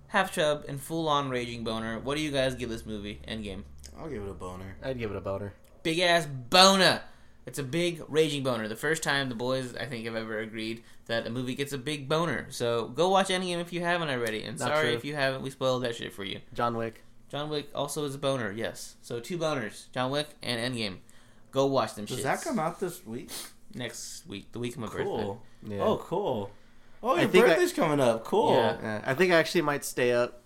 half chub, and full on raging boner. What do you guys give this movie? Endgame. I'll give it a boner. I'd give it a boner. Big ass boner. It's a big raging boner. The first time the boys, I think, have ever agreed that a movie gets a big boner. So go watch Endgame if you haven't already. And Not sorry true. if you haven't, we spoiled that shit for you. John Wick. John Wick also is a boner, yes. So two boners, John Wick and Endgame. Go watch them. Does shits. that come out this week? next week? The week of my birthday. Cool. Yeah. Oh, cool. Oh, I your think I- birthday's coming up. Cool. Yeah. Yeah, I think I actually might stay up.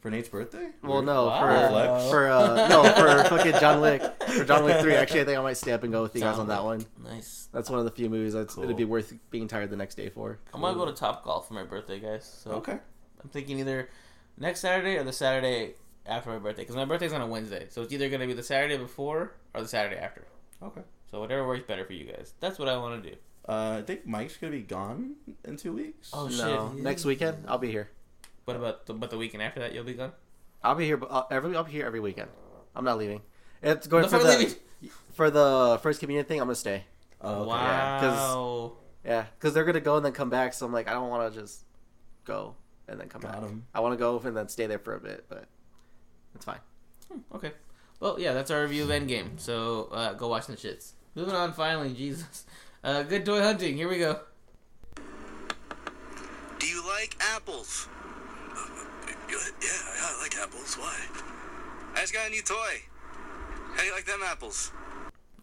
For Nate's birthday? Well, no, Wow. for for uh, no for fucking John Wick for John Wick three. Actually, I think I might stay up and go with you guys John on that one. Nice. That's one of the few movies that's Cool. it'd be worth being tired the next day for. I'm gonna go to Top Golf for my birthday, guys. So Okay. I'm thinking either next Saturday or the Saturday after my birthday, because my birthday's on a Wednesday, so it's either gonna be the Saturday before or the Saturday after. Okay. So whatever works better for you guys. That's what I want to do. Uh, I think Mike's gonna be gone in two weeks. Oh, no, shit. next weekend I'll be here. What about the, but the weekend after that? You'll be gone. I'll be here but, uh, every I'll be here every weekend. I'm not leaving. It's going No, for fuck the leaving. for the first communion thing. I'm gonna stay. Oh, okay. Yeah, 'cause- Wow. Yeah, because they're gonna go and then come back. So I'm like, I don't want to just go and then come Got back. 'em. I want to go and then stay there for a bit, but it's fine. Hmm, okay. Well, yeah, that's our review of Endgame. So uh, go watch the shits. Moving on. Finally, Jesus. Uh, good toy hunting. Here we go. Do you like apples? Uh, yeah, yeah, I like apples. Why? I just got a new toy. How do you like them apples?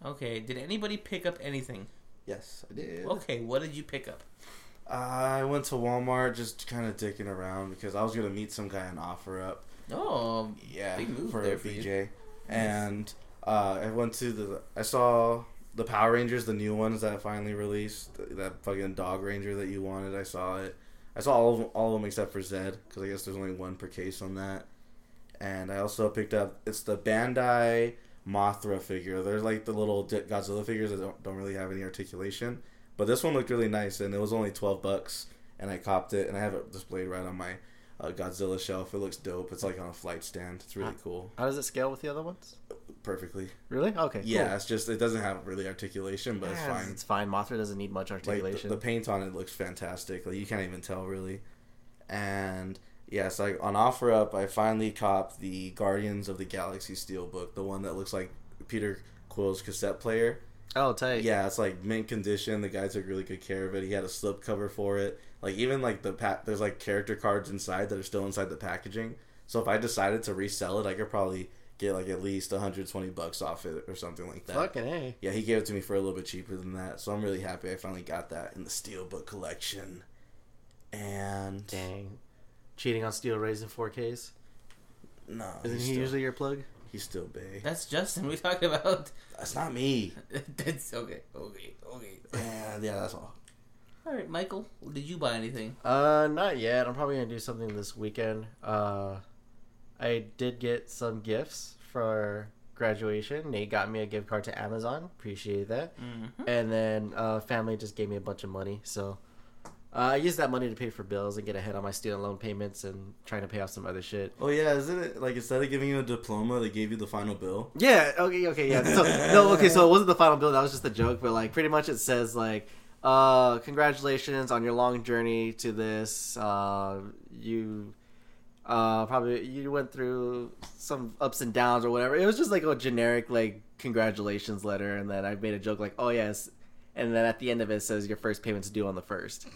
Okay. Did anybody pick up anything? Yes, I did. Okay. What did you pick up? I went to Walmart just kind of dicking around because I was gonna meet some guy and offer up. Oh, Yeah, Big move for there for you. BJ. And uh, I went to the. I saw the Power Rangers, the new ones that finally released. th- That fucking Dog Ranger that you wanted. I saw it. I saw all of them, all of them except for Zed because I guess there's only one per case on that. And I also picked up it's the Bandai Mothra figure. They're like the little di- Godzilla figures that don't, don't really have any articulation, but this one looked really nice and it was only twelve bucks. And I copped it and I have it displayed right on my uh, Godzilla shelf. It looks dope. It's like on a flight stand. It's really cool. How does it scale with the other ones? Perfectly. Really? Okay. Ah. cool. Yeah, it's just it doesn't have really articulation, but it's Yeah, fine. It's fine. Mothra doesn't need much Like the, articulation. the paint on it looks fantastic. Like you can't even tell really. And yeah, so like on OfferUp, I finally copped the Guardians of the Galaxy steelbook, the one that looks like Peter Quill's cassette player. oh, tight. Yeah, it's like mint condition. The guy took really good care of it. He had a slip cover for it. Like even like the pa- there's like character cards inside that are still inside the packaging. So if I decided to resell it, I could probably get like at least 120 bucks off it or something like that. Fucking a. Yeah, he gave it to me for a little bit cheaper than that, so I'm really happy I finally got that in the Steelbook collection. And Dang. Cheating on Steel Raisin 4Ks. No, Isn't he's he still, usually your plug? he's still big. That's Justin. We talked about. That's not me. That's okay. Okay. Okay. Yeah, yeah, that's all. All right, Michael. Did you buy anything? Uh, not yet. I'm probably gonna do something this weekend. Uh, I did get some gifts for graduation. Nate got me a gift card to Amazon. Appreciate that. Mm-hmm. And then uh, family just gave me a bunch of money, so uh, I used that money to pay for bills and get ahead on my student loan payments and trying to pay off some other shit. Oh yeah, isn't it like instead of giving you a diploma, they gave you the final bill? Yeah. Okay. Okay. Yeah. So no. Okay. So it wasn't the final bill. That was just a joke. But like, pretty much, it says like, uh, "Congratulations on your long journey to this. Uh, you, uh, probably you went through some ups and downs or whatever." It was just like a generic like congratulations letter, and then I made a joke like, "Oh yes," and then at the end of it says your first payment's due on the first.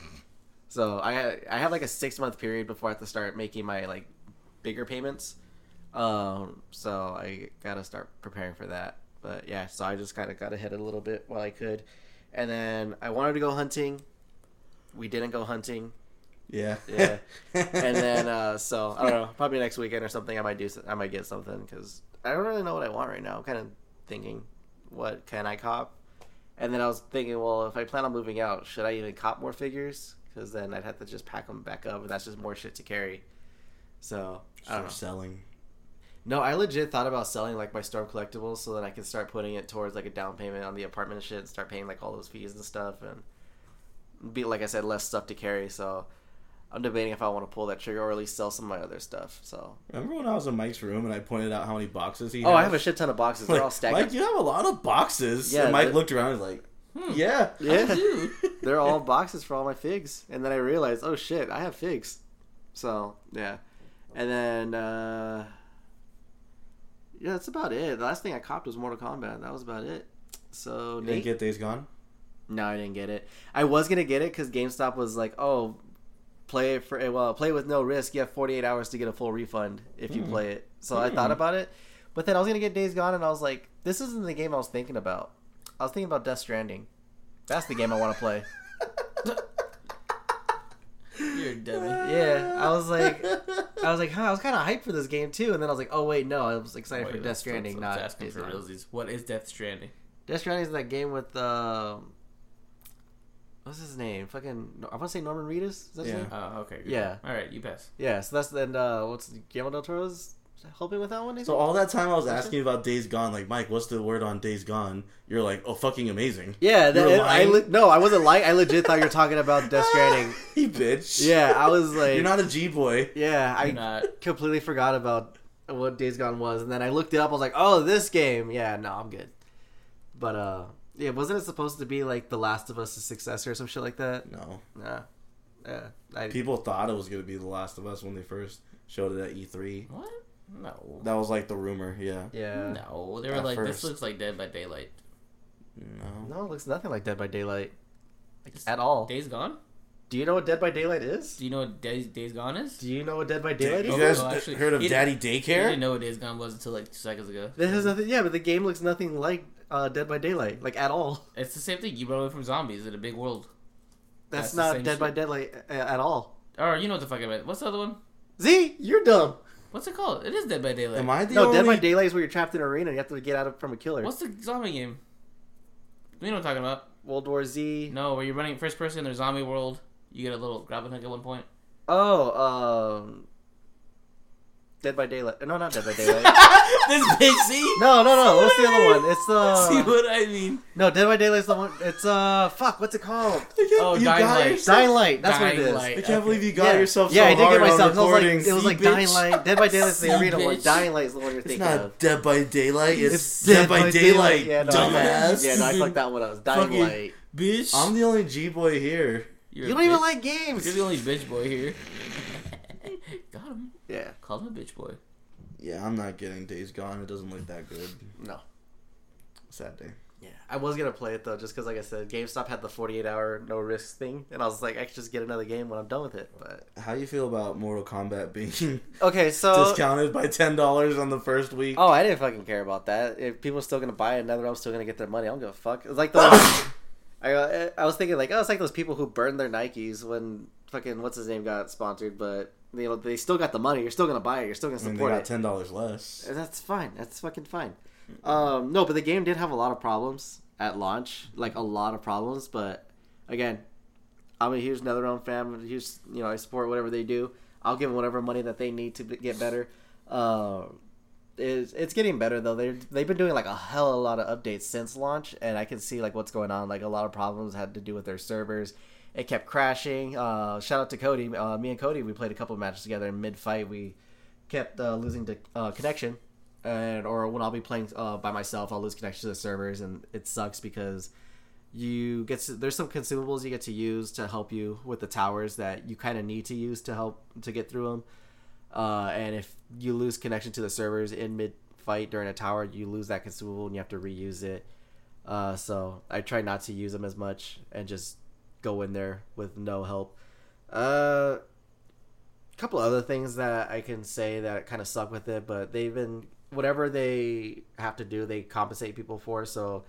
So I I have like a six month period before I have to start making my like bigger payments. Um, so I gotta start preparing for that. But yeah, so I just kind of got ahead a little bit while I could, and then I wanted to go hunting. We didn't go hunting, Yeah, Yeah. and then uh, so I don't know. Probably next weekend or something, I might do. I might get something because I don't really know what I want right now. I'm kind of thinking, what can I cop? And then I was thinking, well, if I plan on moving out, should I even cop more figures? Because then I'd have to just pack them back up, and that's just more shit to carry. So I don't know. Start selling. No, I legit thought about selling like my storm collectibles so that I can start putting it towards like a down payment on the apartment and shit, and start paying like all those fees and stuff, and be like I said, less stuff to carry. So I'm debating if I want to pull that trigger or at least sell some of my other stuff. So Remember when I was in Mike's room and I pointed out how many boxes he? oh, had? I have a shit ton of boxes. They're all Like, stacked. Mike, up. you have a lot of boxes. Yeah, and Mike the- looked around and was like, hmm, yeah, Yeah. Dude. They're all boxes for all my figs, and then I realized, oh shit, I have figs. So yeah, and then uh, yeah, that's about it. The last thing I copped was Mortal Kombat. That was about it. So You Nate- didn't get Days Gone. No, I didn't get it. I was gonna get it because GameStop was like, "Oh, play it for well, play with no risk. You have 48 hours to get a full refund if you Hmm. play it." So I thought Hmm. about it, but then I was gonna get Days Gone, and I was like, "This isn't the game I was thinking about. I was thinking about Death Stranding. That's the game I want to play." You're a Uh, dummy. Yeah, I was like, I was like, huh, I was kind of hyped for this game too, and then I was like, "Oh wait, no, I was excited Wait, for Death let's- Stranding, let's- let's not ask him Days for Gone." realsies. What is Death Stranding? Death Stranding is that game with um, what's his name? Fucking, I want to say Norman Reedus. Is that his Yeah. name? Oh, okay. good. Yeah. All right, you pass. Yeah, so that's then uh what's Guillermo del Toro's helping with that one? So all that time I was asking you about Days Gone, like Mike, what's the word on Days Gone? You're like, oh, fucking amazing. yeah, that, You were I lying? le- no, I wasn't lying. I legit thought you were talking about Death Stranding. you bitch. Yeah, I was like, You're not a G boy. yeah, I You're not. completely forgot about what Days Gone was, and then I looked it up. I was like, oh, this game. Yeah, no, I'm good. But uh, yeah, wasn't it supposed to be like The Last of Us' successor or some shit like that? No. Nah, yeah, I, People thought it was gonna be The Last of Us when they first showed it at E3. What? No. That was like the rumor. Yeah. yeah, no. No. They were At like, first. this looks like Dead by Daylight. No. it looks nothing like Dead by Daylight, like It's- at all. Days Gone? Do you know what Dead by Daylight is? Do you know what Days, Days Gone is? Do you know what Dead by Did Daylight you Oh, is? guys no, actually, heard of he Daddy didn't- I Daycare? didn't know what Days Gone was until like two seconds ago. This has nothing. Yeah, but the game looks nothing like uh, Dead by Daylight, like at all. It's the same thing. You run away from zombies in a big world. That's That's, the not same Dead by shit. Daylight uh, at all. Or you know what the fuck I meant. What's the other one? Z, you're dumb. What's it called? It is Dead by Daylight. Am I the no, only? Dead by Daylight is where you're trapped in an arena. and You have to get out of, from a killer. What's the zombie game? You know what I'm talking about. World War Z. No, where you're running first person, there's zombie world. You get a little grappling hook at one point. Oh, um, Dead by Daylight. No, not Dead by Daylight. this bitch, see? no, no, no. What's the what I other mean? one? It's See uh, what I mean? no, Dead by Daylight's the one. It's uh, fuck, what's it called? Oh, Dying Light. Dying Light. That's what it Dying is. Light. I can't Okay. believe you got yeah. yourself. yeah, so I did hard get myself. On It was recording, like, it was see, like bitch? Dying Light. Dead by Daylight's the See, arena one. bitch. Dying Light is the one you're It's thinking of. not Dead by Daylight. It's, It's Dead, by, Daylight, Yeah, no, I, dumbass. yeah, no, I fucked that one up. It was Dying Fucking- Light. Bitch. I'm the only G boy here. You're You a don't even bitch. like games. You're the only bitch boy here. got him. yeah, Called him a bitch boy. Yeah, I'm not getting Days Gone. It doesn't look that good. no. Sad day. Yeah, I was gonna play it though, just because, like I said, GameStop had the 48 hour no risk thing, and I was like, I could just get another game when I'm done with it. But How you feel about Mortal Kombat being okay, Uh, so discounted by ten dollars on the first week? oh, I didn't fucking care about that. If people are still gonna buy it, another, I'm still gonna get their money. I don't give a fuck. It's like the I, uh, I was thinking like, oh, it's like those people who burn their Nikes when fucking what's his name got sponsored, but They they still got the money. You're still gonna buy it. You're still gonna I mean, support they got it. ten dollars less. And That's fine. That's fucking fine. Um, no, but the game did have a lot of problems at launch, like a lot of problems. But again, I'm a huge NetherRealm fan. I'm a huge, you know, I support whatever they do. I'll give them whatever money that they need to be- get better. Um, it's, it's getting better though. They they've been doing like a hell of a lot of updates since launch, and I can see like what's going on. Like a lot of problems had to do with their servers. It kept crashing. Uh, shout out to Cody. Uh, me and Cody, we played a couple of matches together. In mid fight, we kept uh, losing to uh, connection, and or when I'll be playing uh, by myself, I'll lose connection to the servers, and it sucks because you get to, there's some consumables you get to use to help you with the towers that you kind of need to use to help to get through them. Uh, and if you lose connection to the servers in mid fight during a tower, you lose that consumable and you have to reuse it. Uh, so I try not to use them as much and just go in there with no help. Uh, couple other things that I can say that kind of suck with it, but they've been whatever they have to do, they compensate people for. So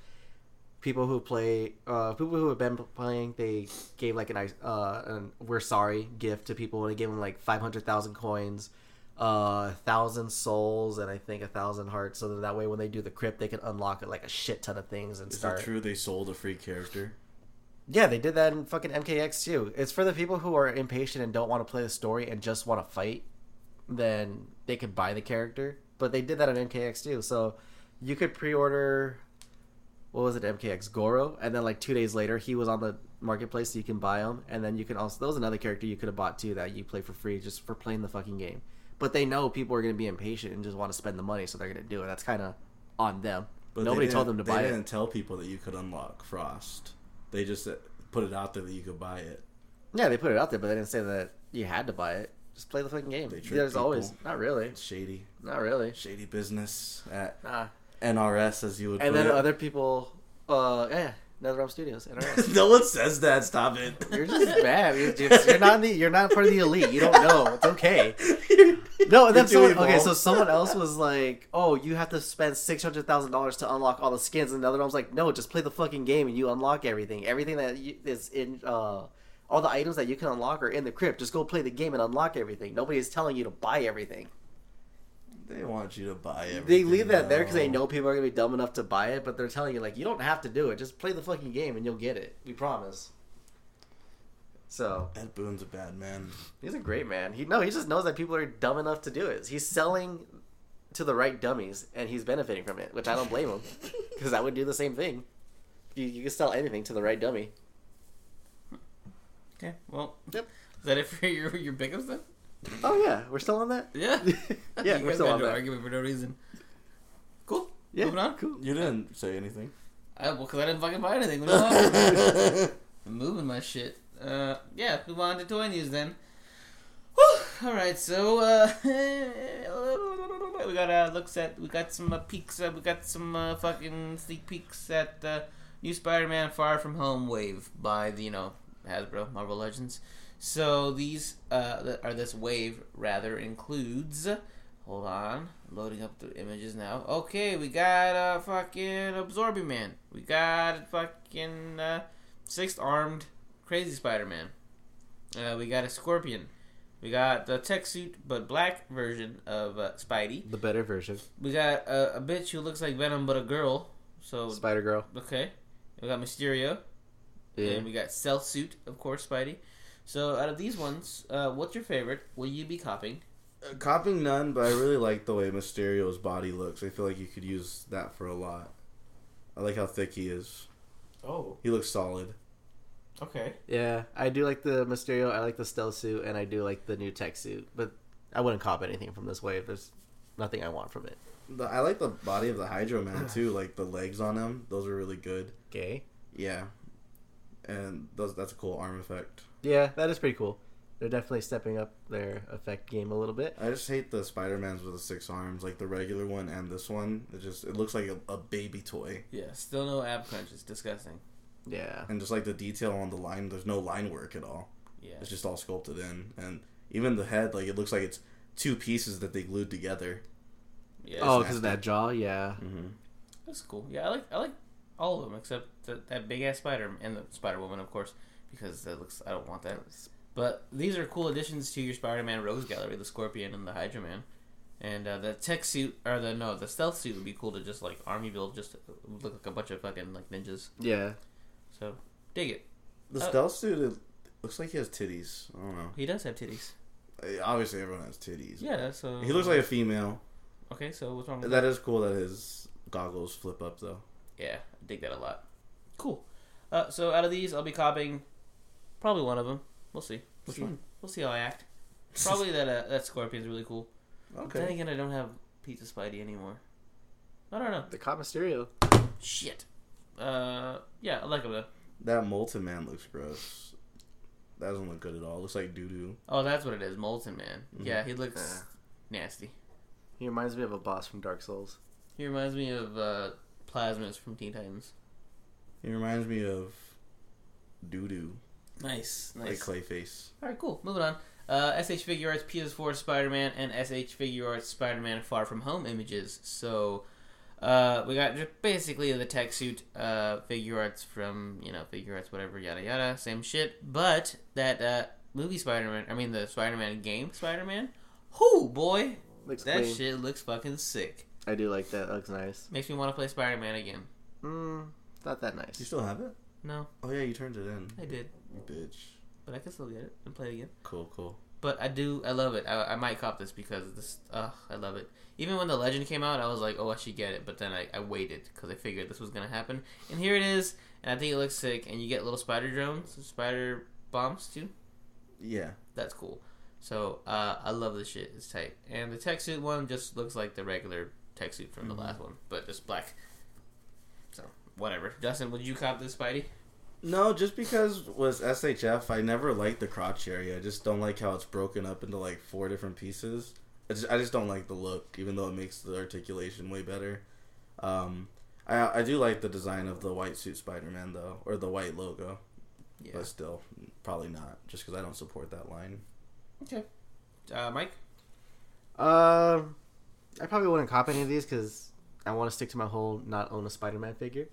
people who play, uh, people who have been playing, they gave like an ice- uh, an we're sorry gift to people, and they gave them like five hundred thousand coins, uh, thousand souls, and I think a thousand hearts. So that way, when they do the crypt, they can unlock like a shit ton of things and Is start. it true they sold a free character? Yeah, they did that in fucking MKX too. It's for the people who are impatient and don't want to play the story and just want to fight. Then they could buy the character, but they did that on MKX too. So you could pre-order what was it MKX Goro, and then like two days later he was on the marketplace, so you can buy him. And then you can also there was another character you could have bought too that you play for free just for playing the fucking game. But they know people are going to be impatient and just want to spend the money, so they're going to do it. That's kind of on them. But Nobody they told them didn't- to buy They it. didn't tell people that you could unlock Frost. They just uh, put it out there that you could buy it. Yeah, they put it out there, but they didn't say that you had to buy it. Just play the fucking game. They trick There's people. always not really, It's shady, not really. shady business at Nah. NRS as you would. And put then it. other people, uh, yeah, NetherRealm Studios, NRS. no one says that. Stop it. You're just bad. You're, just, you're not in the. You're not part of the elite. You don't know. It's okay. No, and then You're too someone, okay. evil. So someone else was like, "Oh, you have to spend six hundred thousand dollars to unlock all the skins," and the other one's like, "No, just play the fucking game and you unlock everything. Everything that you, is in uh, all the items that you can unlock are in the crypt. Just go play the game and unlock everything. Nobody's telling you to buy everything. They want you to buy everything. They leave that there because they now. know people are gonna be dumb enough to buy it, but they're telling you like, you don't have to do it. Just play the fucking game and you'll get it. We promise. So Ed Boon's a bad man. He's a great man. He no, he just knows that people are dumb enough to do it. He's selling to the right dummies, and he's benefiting from it, which I don't blame him, because I would do the same thing. You, you can sell anything to the right dummy. Okay, well, Yep. is that it for your your pickups then? Oh yeah, we're still on that. Yeah, Yeah, you we're guys still had on no that. argument for no reason. Cool. Yeah, Moving on. cool. You didn't say anything. I, well, because I didn't fucking buy anything. Moving on. That's I'm moving my shit. Uh, yeah, move on to toy news then. Whew. All right, so uh, we got uh, looks at we got some uh, peeks. Uh, we got some uh, fucking sneak peeks at uh, new Spider-Man: Far From Home wave by the you know Hasbro Marvel Legends. So these uh, th- or this wave rather includes. Hold on, loading up the images now. Okay, we got uh, fucking Absorbing Man. We got fucking. Uh, sixth armed crazy spider-man uh, we got a scorpion we got the tech suit but black version of uh, spidey The better version, we got uh, a bitch who looks like venom but a girl so Spider Girl. okay we got mysterio and we got stealth suit of course spidey so out of these ones uh, what's your favorite will you be copying Uh, Copying none, but I really like the way Mysterio's body looks. I feel like you could use that for a lot. I like how thick he is. oh He looks solid. okay Yeah, I do like the Mysterio. I like the stealth suit, and I do like the new tech suit. But I wouldn't cop anything from this wave. There's nothing I want from it. The, I like the body of the Hydro Man too. Like the legs on him, those are really good. Gay. Yeah, and those that's a cool arm effect. Yeah, that is pretty cool. They're definitely stepping up their effect game a little bit. I just hate the Spider Mans with the six arms, like the regular one and this one. It just it looks like a, a baby toy, yeah still no ab crunch it's disgusting Yeah. and just like the detail on the line, there's no line work at all. yeah It's just all sculpted in, and even the head, like it looks like it's two pieces that they glued together. yeah Oh, nasty. because of that jaw, yeah. Mm-hmm. That's cool. Yeah, I like I like all of them except that that big ass spider and the Spider Woman, of course, because that looks. I don't want that. But these are cool additions to your Spider-Man Rogues Gallery: the Scorpion and the Hydra Man. And uh, the tech suit, or the no, the stealth suit would be cool to just like army build, just look like a bunch of fucking like ninjas. Yeah. So dig it. The Uh, stealth suit it looks like he has titties. I don't know. He does have titties. Uh, Obviously, everyone has titties. Yeah. So He looks like a female. okay. So what's wrong? With That is cool that his goggles flip up though. Yeah, I dig that a lot. Cool. Uh, so out of these, I'll be copying probably one of them. We'll see. Which one? We'll see how I act. Probably that uh, that scorpion's really cool. Then again, I don't have Pizza Spidey anymore. I don't know. The Cop Mysterio. Shit. Uh, yeah, I like him though. That molten man looks gross. That doesn't look good at all. Looks like doo doo. Oh, that's what it is, Molten Man. Mm-hmm. Yeah, he looks Yeah. nasty. He reminds me of a boss from Dark Souls. He reminds me of uh, Plasmas from Teen Titans. He reminds me of doo doo, Nice, like nice. Clayface. All right, cool. Moving on. Uh, SH Figure Arts PS4 Spider Man and SH Figure Arts Spider Man Far From Home images. So uh, we got just basically the tech suit uh, figure arts from, you know, figure arts, whatever, yada yada, same shit. But that uh, movie Spider Man, I mean, the Spider Man game Spider Man, whoo, boy, Looks that clean. shit looks fucking sick. I do like that. Looks nice. Makes me want to play Spider Man again. Mm, not that You nice. still have it? No, Oh yeah, you turned it in. I did, You bitch. but I can still get it and play it again. Cool, cool. But I do, I love it. I, I might cop this because this, uh, I love it. Even when the Legend came out, I was like, oh, I should get it. But then I, I waited because I figured this was gonna happen, and here it is. And I think it looks sick. And you get little spider drones, spider bombs too. Yeah. That's cool. So uh, I love this shit. It's tight. And the tech suit one just looks like the regular tech suit from the last one, but just black. So whatever. Justin, would you cop this Spidey? No, just because was SHF, I never liked the crotch area. I just don't like how it's broken up into like four different pieces. I just, I just don't like the look, even though it makes the articulation way better. Um, I I do like the design of the white suit Spider Man though, or the white logo, Yeah. but still probably not, just because I don't support that line. Okay. Uh, Mike. Um, I probably wouldn't cop any of these because I want to stick to my whole not own a Spider-Man figure.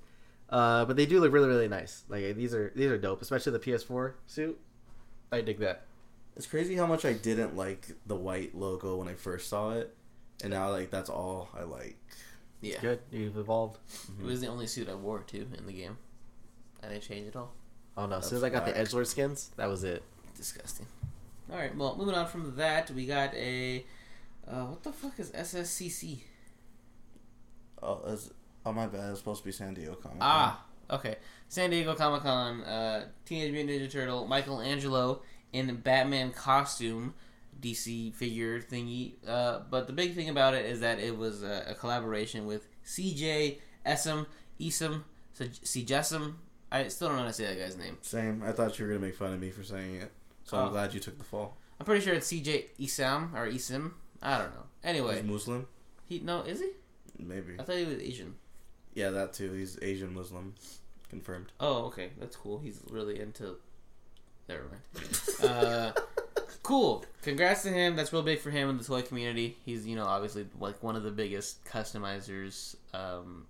Uh, but they do look really, really nice. Like eh, these are these are dope, especially the PS4 suit. I dig that. It's crazy how much I didn't like the white logo when I first saw it, and now like that's all I like. Yeah. Good, you've evolved. It was the only suit I wore too in the game. I didn't change at all. Oh no! As soon as That's I got the whack. Edgelord skins, that was it. Disgusting. All right. Well, moving on from that, we got a uh, what the fuck is SSCC? Oh, that's, oh my bad. It's supposed to be San Diego Comic. Con. Ah, okay. San Diego Comic Con. Uh, Teenage Mutant Ninja Turtle Michelangelo in Batman costume, DC figure thingy. Uh, but the big thing about it is that it was uh, a, a collaboration with CJ Essam Esam C Jessam. I still don't know how to say that guy's name. Same. I thought you were gonna make fun of me for saying it, so Oh. I'm glad you took the fall. I'm pretty sure it's CJ Isam or Isim. I don't know. Anyway, He's Muslim, he no, is he? maybe. I thought he was Asian. Yeah, that too. He's Asian Muslim, confirmed. Oh, okay, that's cool. He's really into. Never mind. Uh, cool. Congrats to him. That's real big for him in the toy community. He's you know obviously like one of the biggest customizers, um,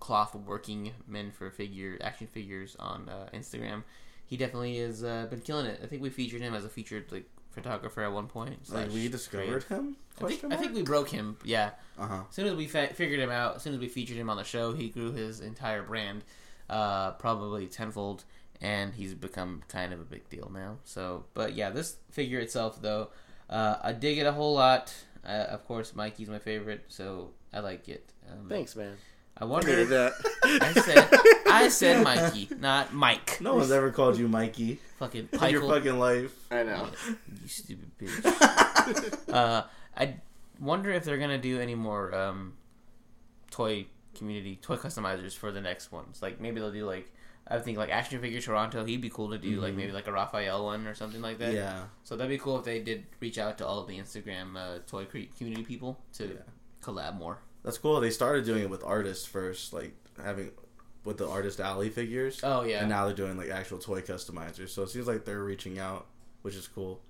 cloth working men for figure action figures on uh, Instagram. He definitely has uh, been killing it. I think we featured him as a featured like photographer at one point. Like slash we discovered creator. him? I think, I think we broke him. Yeah. Uh huh. As soon as we fa- figured him out, as soon as we featured him on the show, he grew his entire brand, uh, probably tenfold, and he's become kind of a big deal now. So, but yeah, this figure itself, though, uh, I dig it a whole lot. Uh, of course, Mikey's my favorite, so I like it. Um, Thanks, man. I wonder. that. I said, I said Mikey, not Mike. No one's ever called you Mikey Fucking in your Pikel. fucking life. I know. You stupid bitch. uh, I wonder if they're gonna do any more um, toy community toy customizers for the next ones. Like maybe they'll do like I think like action figure Toronto. He'd be cool to do like maybe like a Raphael one or something like that. Mm-hmm. Yeah. So that'd be cool if they did reach out to all of the Instagram uh, toy cre- community people to Yeah. collab more. That's cool. They started doing it with artists first, like having with the artist alley figures. Oh yeah. And now they're doing like actual toy customizers. So it seems like they're reaching out, which is cool.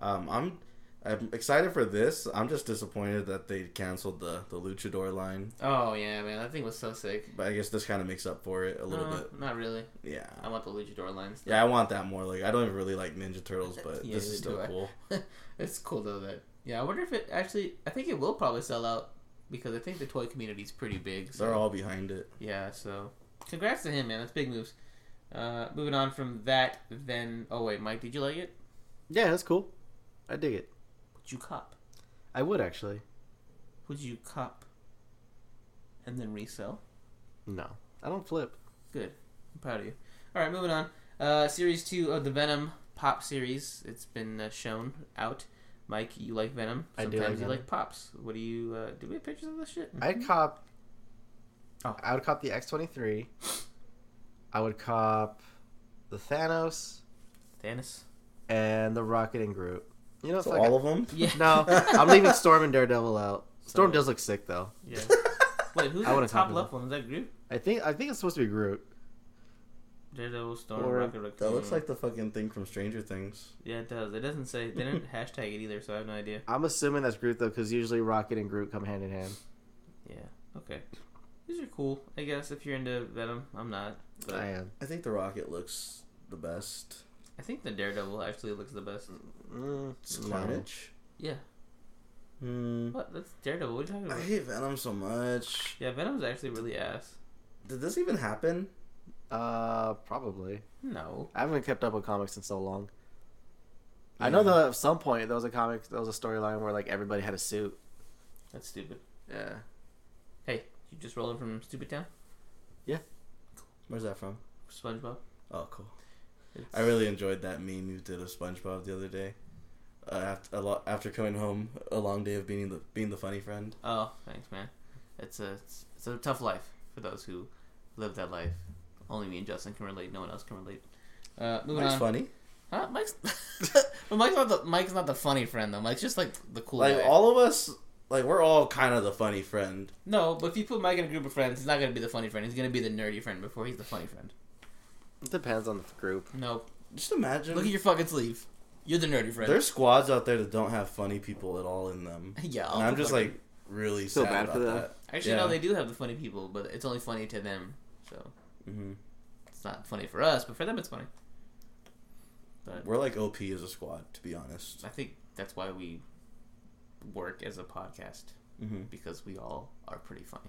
Um, I'm I'm excited for this. I'm just disappointed that they canceled the the luchador line, Oh yeah, man, that thing was so sick. but I guess this kind of makes up for it a little No, bit. Not really. Yeah. I want the luchador lines. Yeah, I want that more. Like, I don't even really like Ninja Turtles, but Yeah, this neither is do still I. cool. it's cool though that. Yeah, I wonder if it actually. I think it will probably sell out because I think the toy community is pretty big. So They're all behind it. yeah, so congrats to him, man. That's big moves. Uh, moving on from that, then oh wait, Mike, did you like it? Yeah, that's cool. I dig it. Would you cop? I would actually. Would you cop? And then resell. No, I don't flip. Good. I'm proud of you. All right, moving on. Uh, series two of the Venom pop series. It's been uh, shown out. Mike, you like Venom. I do Sometimes like you Venom. like pops. What do you? Uh, do we have pictures of this shit? I'd cop. Oh. I would cop the X twenty three. I would cop the Thanos Thanos. and the Rocket and Groot. You know, So fuck all it. of them? Yeah. No, I'm leaving Storm and Daredevil out. Storm So- does look sick though. Yeah. Wait, who's I the wouldn't top copy left one? Is that Groot? I think I think it's supposed to be Groot. Daredevil, Storm, Or- Rocket Raccoon. That looks like the fucking thing from Stranger Things. Yeah, it does. It doesn't say. They didn't hashtag it either, so I have no idea. I'm assuming that's Groot though, because usually Rocket and Groot come hand in hand. Yeah. Okay. These are cool, I guess. If you're into Venom, I'm not. But I I, am. I think the rocket looks the best. think the Daredevil actually looks the best. Mm, Carnage. Yeah. Hmm. What? That's Daredevil. What are you talking I about? hate Venom so much. Yeah, Venom's actually really ass. Did this even happen? Uh, probably. No. I haven't kept up with comics in so long. I know that at some point there was a comic, there was a storyline where like everybody had a suit. That's stupid. Yeah. Hey, you just rolling from Stupid Town? Where's that from? SpongeBob? Oh, cool. It's- I really enjoyed that meme you did of SpongeBob the other day. Uh, after a lo- after coming home, a long day of being the being the funny friend. Oh, thanks, man. It's a it's, it's a tough life for those who live that life. Only me and Justin can relate. No one else can relate. Uh, moving Mike's on. funny. Huh? Mike's, but Mike's not the Mike's not the funny friend though. Mike's just like the cool Like guy. all of us, like we're all kind of the funny friend. no, but if you put Mike in a group of friends, he's not gonna be the funny friend. He's gonna be the nerdy friend before he's the funny friend. It depends on the group. No, Just imagine. look at your fucking sleeve. You're the nerdy friend. There's squads out there that don't have funny people at all in them. yeah, I'll And I'm be just fucking- like really Feel sad bad about for them. that. Actually, Yeah. no, they do have the funny people, but it's only funny to them. So Mhm. it's not funny for us, but for them, it's funny. But We're like OP as a squad, to be honest. I think that's why we work as a podcast Mm-hmm. because we all are pretty funny,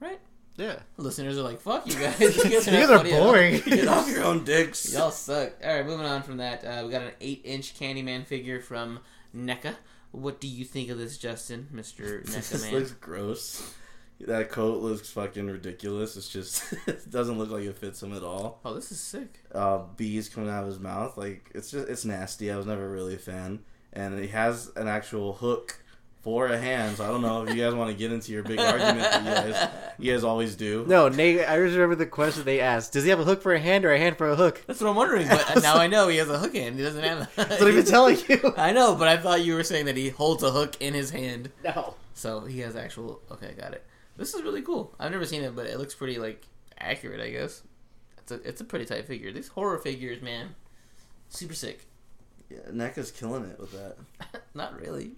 right? Yeah. Listeners are like, "Fuck you guys! You guys are, You not guys are funny at all. boring. Get off your own dicks. Y'all suck." All right, moving on from that, uh, we got an eight-inch Candyman figure from NECA. What do you think of this, Justin, Mister NECA this Man? looks gross. That coat looks fucking ridiculous. It's just it doesn't look like it fits him at all. Oh, this is sick. Uh, bees coming out of his mouth, like it's just it's nasty. I was never really a fan. And he has an actual hook for a hand. So I don't know if you guys want to get into your big argument that you guys you guys always do. No, Nate. I just remember the question they asked: Does he have a hook for a hand or a hand for a hook? That's what I'm wondering, but now I know he has a hook hand. He doesn't have. That's what I've been telling you. I know, but I thought you were saying that he holds a hook in his hand. No. So he has actual. Okay, I got it. This is really cool. I've never seen it, but it looks pretty like accurate. I guess it's a it's a pretty tight figure. These horror figures, man, super sick. Yeah, NECA's killing it with that. Not really.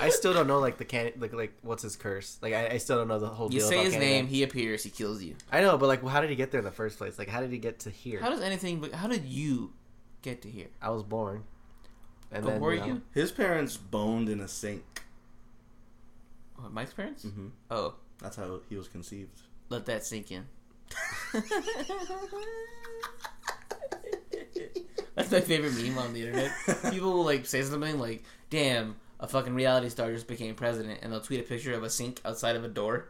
I still don't know like the can like like what's his curse? Like I, I still don't know the whole. you deal say about his Candyman. name, he appears, he kills you. I know, but like, how did he get there in the first place? Like, how did he get to here? How does anything? But how did you get to here? I was born. And But were know, you His parents boned in a sink. what, Mike's parents? Mhm. Oh, That's how he was conceived. let that sink in. That's my favorite meme on the internet. People will like say something like, "Damn, a fucking reality star just became president," and they'll tweet a picture of a sink outside of a door.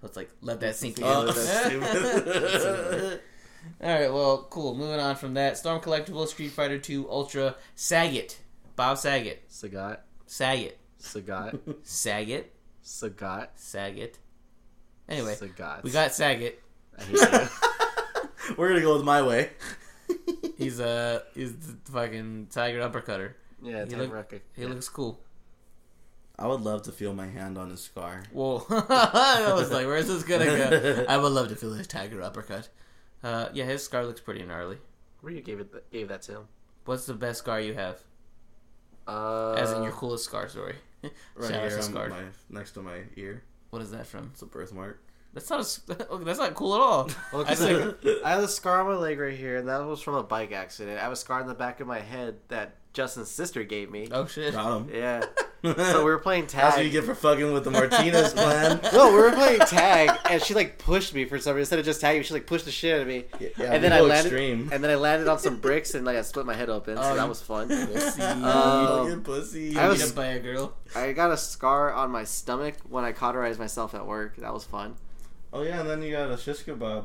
So it's like, "Let that sink in." Oh, that's stupid. All right, well, cool. Moving on from that, Storm Collectible, Street Fighter Two Ultra, Sagat, Bob Saget, Sagat, Saget, Sagat, Saget, Sagat. Saget. Anyway, Sagat. we got Saget. I hate you. We're gonna go with my way. He's uh he's the fucking tiger uppercutter. yeah, He Ted look- Rucker. He looks cool. I would love to feel my hand on his scar. Whoa. I was like, where's this gonna go? I would love to feel his tiger uppercut. Uh yeah, his scar looks pretty gnarly. Ryu gave it th- gave that to him. What's the best scar you have? Uh, As in your coolest scar story. Right Shout out here, to on Scar. my, next to my ear. What is that from? It's a birthmark. That's not a, s- that's not cool at all. Well, I 'cause I, said, I have a scar on my leg right here, and that was from a bike accident. I have a scar on the back of my head that Justin's sister gave me. oh shit. Got him. Yeah. So we That's were playing what you tag. get for fucking with the Martinez plan. No, we were playing tag, and she like pushed me for some reason. Instead of just tagging, me, she like pushed the shit out of me. Yeah, yeah, and then we I go landed, extreme. Um, and then I landed on some bricks, and like I split my head open. So Oh, that you- was fun. Pussy. Um, Fucking pussy. I Beat was- up by a girl. I got a scar on my stomach when I cauterized myself at work. That was fun. Oh yeah, and then you got a shish kebab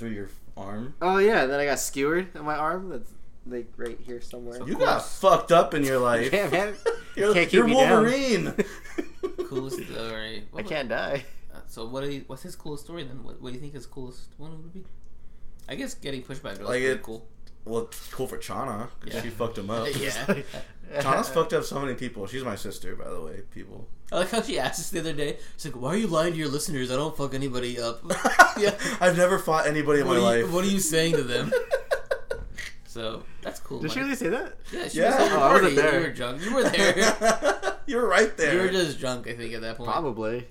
through your arm. Oh yeah, and then I got skewered on my arm. That's like right here somewhere. You got fucked up in your life. Yeah, man. You're, Can't keep you're me down. Wolverine. Coolest story. I can't die. uh, So what? Are you, what's his coolest story then? What, what do you think his coolest one would be? I guess getting pushed by a girl. Like is pretty it- cool. well, it's cool for Chana 'cause Yeah. she fucked him up. yeah. Chana's fucked up so many people. She's my sister, by the way. People. I like how she asked us the other day. She's like, "Why are you lying to your listeners? I don't fuck anybody up." yeah. I've never fought anybody in What my are, you, life. what are you saying to them? so that's cool. Did she like- really say that? Yeah, she Yeah. was at your Oh, I party. wasn't there. You were drunk. You were there. You're right there. you were just drunk, I think, at that point. Probably.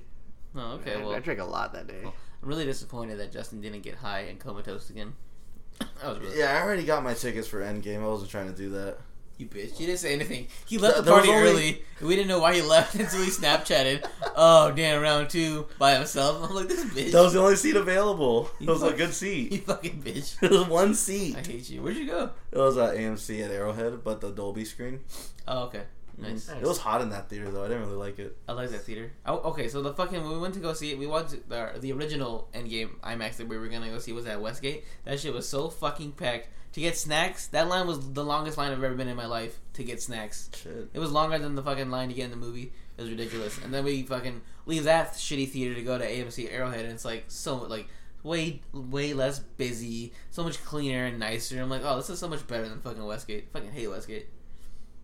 Oh, okay. I, Well, I drank a lot that day. I'm really disappointed that Justin didn't get high and comatose again. I was really Yeah, I already got my tickets for Endgame. I wasn't trying to do that. You bitch. You didn't say anything. He left the There was party only- early. and We didn't know why he left until he Snapchatted. oh, damn, round two by himself. I'm like, this bitch. That was the only seat available. It was a fuck- good you seat. fucking bitch. It was one I seat. hate you. Where'd you go? It was at AMC at Arrowhead, but the Dolby screen. Oh, okay. Nice. It was hot in that theater though. I didn't really like it. I like that theater. Oh, okay, so the fucking when we went to go see it, we watched the, the original Endgame IMAX that we were gonna go see was at Westgate. That shit was so fucking packed. To get snacks, that line was the longest line I've ever been in my life to get snacks. Shit. It was longer than the fucking line to get in the movie. It was ridiculous. And then we fucking leave that shitty theater to go to AMC Arrowhead, and it's like so much like way way less busy, so much cleaner and nicer. I'm like, oh, this is so much better than fucking Westgate. Fucking hate Westgate.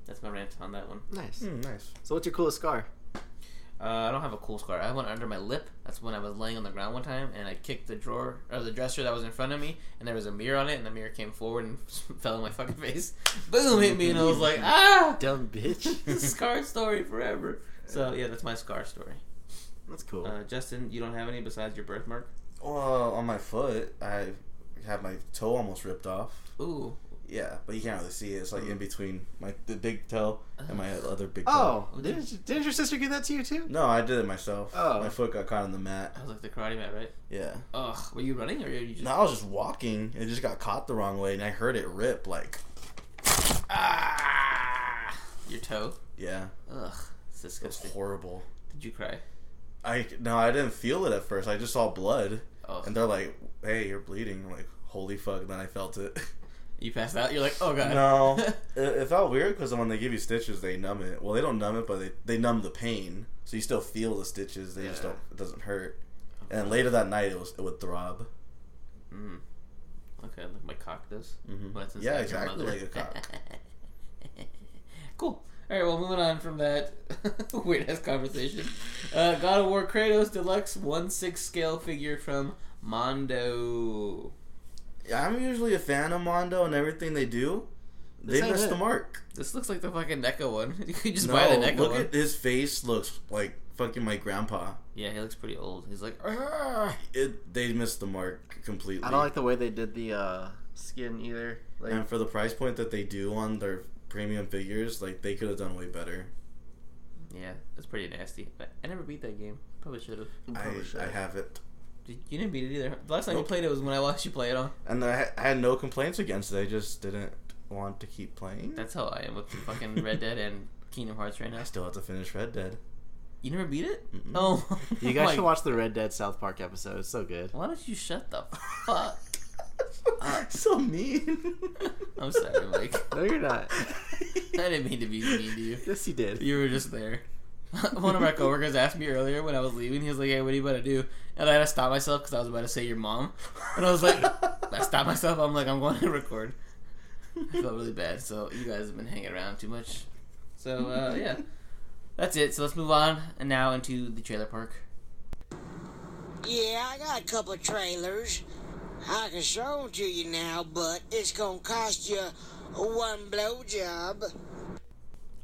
That's my rant on that one. Nice. Hmm, nice. So what's your coolest scar? Uh, I don't have a cool scar. I have one under my lip. That's when I was laying on the ground one time, and I kicked the drawer or the dresser that was in front of me, and there was a mirror on it, and the mirror came forward and fell in my fucking face. Boom! Hit me, and I was like, ah! Dumb bitch. scar story forever. So yeah, that's my scar story. That's cool. Uh, Justin, you don't have any besides your birthmark. Well, on my foot, I had my toe almost ripped off. Ooh, Yeah, but you can't really see it. It's like in between my the big toe and my other big toe. oh, didn't, didn't your sister give that to you too? No, I did it myself. Oh. My foot got caught in the mat. that was like the karate mat, right? Yeah. Ugh, were you running or were you just? No, I was just walking. It just got caught the wrong way, and I heard it rip. Like, Ah, your toe. yeah, Ugh, it's it was disgusting. horrible. Did you cry? I no, I didn't feel it at first. I just saw blood, Oh, and they're like, "Hey, you're bleeding." I'm like, holy fuck! And then I felt it. you passed out. You're like, oh god. no, it, it felt weird because when they give you stitches, they numb it. Well, they don't numb it, but they they numb the pain, so you still feel the stitches. They just Yeah. don't. It doesn't hurt. And then later that night, it was it would throb. Mm. Okay, like my cock does. Mm-hmm. Mhm. When it's Yeah, inside your exactly mother. like a cock. cool. All right, well, moving on from that weird ass conversation. Uh, God of War Kratos Deluxe one six scale figure from Mondo. Yeah, I'm usually a fan of Mondo and everything they do. They This ain't missed it. the mark. This looks like the fucking NECA one. You could just No, buy the NECA look one. at his face. Looks like fucking my grandpa. Yeah, he looks pretty old. He's like, Ah, It, they missed the mark completely. I don't like the way they did the uh, skin either. Like, and for the price point that they do on their premium figures, like they could have done way better. yeah, that's pretty nasty. But I never beat that game. Probably should have. I, probably should. I have it, You didn't beat it either. The last time Nope. you played it was when I watched you play it on. and I, ha- I had no complaints against it. I just didn't want to keep playing. That's how I am with fucking Red Dead and Kingdom Hearts right now. I still have to finish Red Dead. You never beat it? Mm-mm. Oh, you guys my should watch the Red Dead South Park episode. It's so good. Why don't you shut the fuck? Uh, so mean. I'm sorry, Mike. No, you're not. I didn't mean to be mean to you. Yes, you did. You were just there. One of our coworkers asked me earlier when I was leaving. He was like, "Hey, what are you about to do?" And I had to stop myself because I was about to say your mom. And I was like, I stopped myself. I'm like, I'm going to record. I felt really bad. So you guys have been hanging around too much. So uh, yeah, that's it. So let's move on and now into the trailer park. Yeah, I got a couple of trailers. I can show 'em to you now, but it's gonna cost you one blowjob. Oh,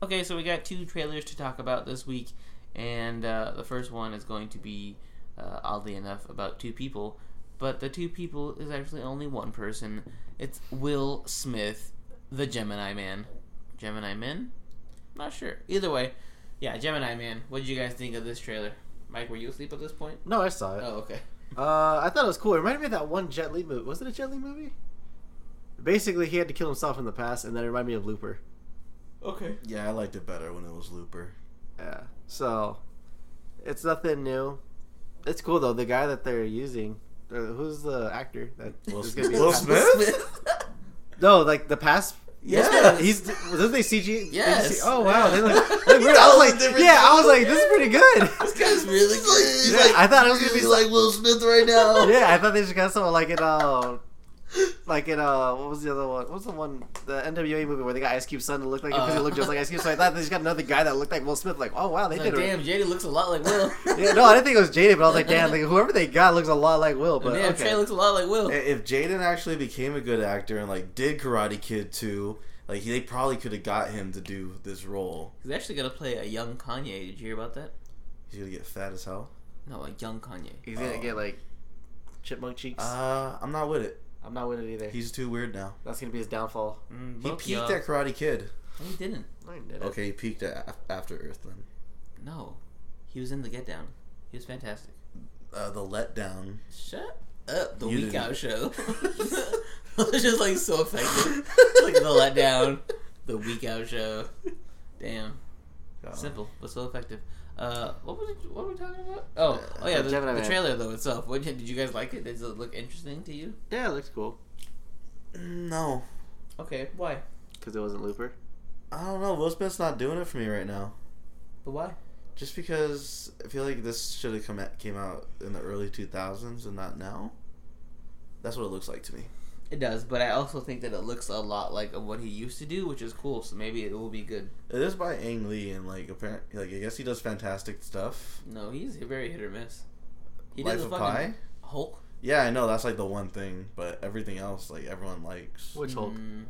Okay, so we got two trailers to talk about this week, and uh, the first one is going to be, uh, oddly enough, about two people, but the two people is actually only one person. It's Will Smith, the Gemini Man. Gemini Man? Not sure. Either way, yeah, Gemini Man. What did you guys think of this trailer? Mike, were you asleep at this point? No, I saw it. Oh, okay. Uh, I thought it was cool. It reminded me of that one Jet Li movie. Was it a Jet Li movie? Basically, he had to kill himself in the past, and then it reminded me of Looper. Okay. Yeah, I liked it better when it was Looper. Yeah. So, it's nothing new. It's cool though. The guy that they're using, uh, who's the actor that Will, is Smith. gonna be the Will past- Smith? No, like the past. Yeah. he's doesn't they CG? Yes. they CG Oh wow, they look, Yeah. they look weird. I That was was a like, different yeah, I was show. like, this is pretty good. This guy's really He's good. Yeah, I thought it was gonna be he's like Will Smith right now. yeah, I thought they just got someone like in uh like in uh what was the other one? What was the one the NWA movie where they got Ice Cube's son to look like him because he Uh. looked just like Ice Cube. So I thought they just got another guy that looked like Will Smith. Like, oh wow, they Like, did it. damn, JD looks a lot like Will. Yeah, no, I didn't think it was Jada, but I was like, damn, like whoever they got looks a lot like Will. But damn, okay. Trey looks a lot like Will. I- If Jaden actually became a good actor and like did Karate Kid too, like they probably could have got him to do this role. He's actually gonna play a young Kanye. Did you hear about that? He's gonna get fat as hell. No, a young Kanye. He's gonna Oh. get like chipmunk cheeks. Uh, I'm not with it. I'm not with it either. He's too weird now. That's gonna be his downfall. Mm, He both peaked y'all. at Karate Kid. No, he didn't. No, he didn't. Okay, he peaked at Af- After Earth then. No, he was in the Get Down. He was fantastic. Uh, the letdown. Shut up, the You Week didn't. Out show. it was just like so effective. like the letdown, the Week Out show. Damn, God. simple but so effective. Uh, what was it, what were we talking about? Oh, oh yeah, Uh, the, Gemini the Man. trailer though itself. What did did you guys like it? Does it look interesting to you? Yeah, it looks cool No, Okay, why? because it wasn't Looper. I don't know. Will Smith's not doing it for me right now. But why? Just because I feel like this should have come at, came out in the early 2000s and not now. That's what it looks like to me. It does, but I also think that it looks a lot like what he used to do, which is cool. So maybe it will be good. It is by Ang Lee, and like apparently, like I guess he does fantastic stuff. No, he's very hit or miss. He Life did the of fucking Pi. Hulk. Yeah, I know that's like the one thing, but everything else, like everyone likes. Which Hulk? Mm,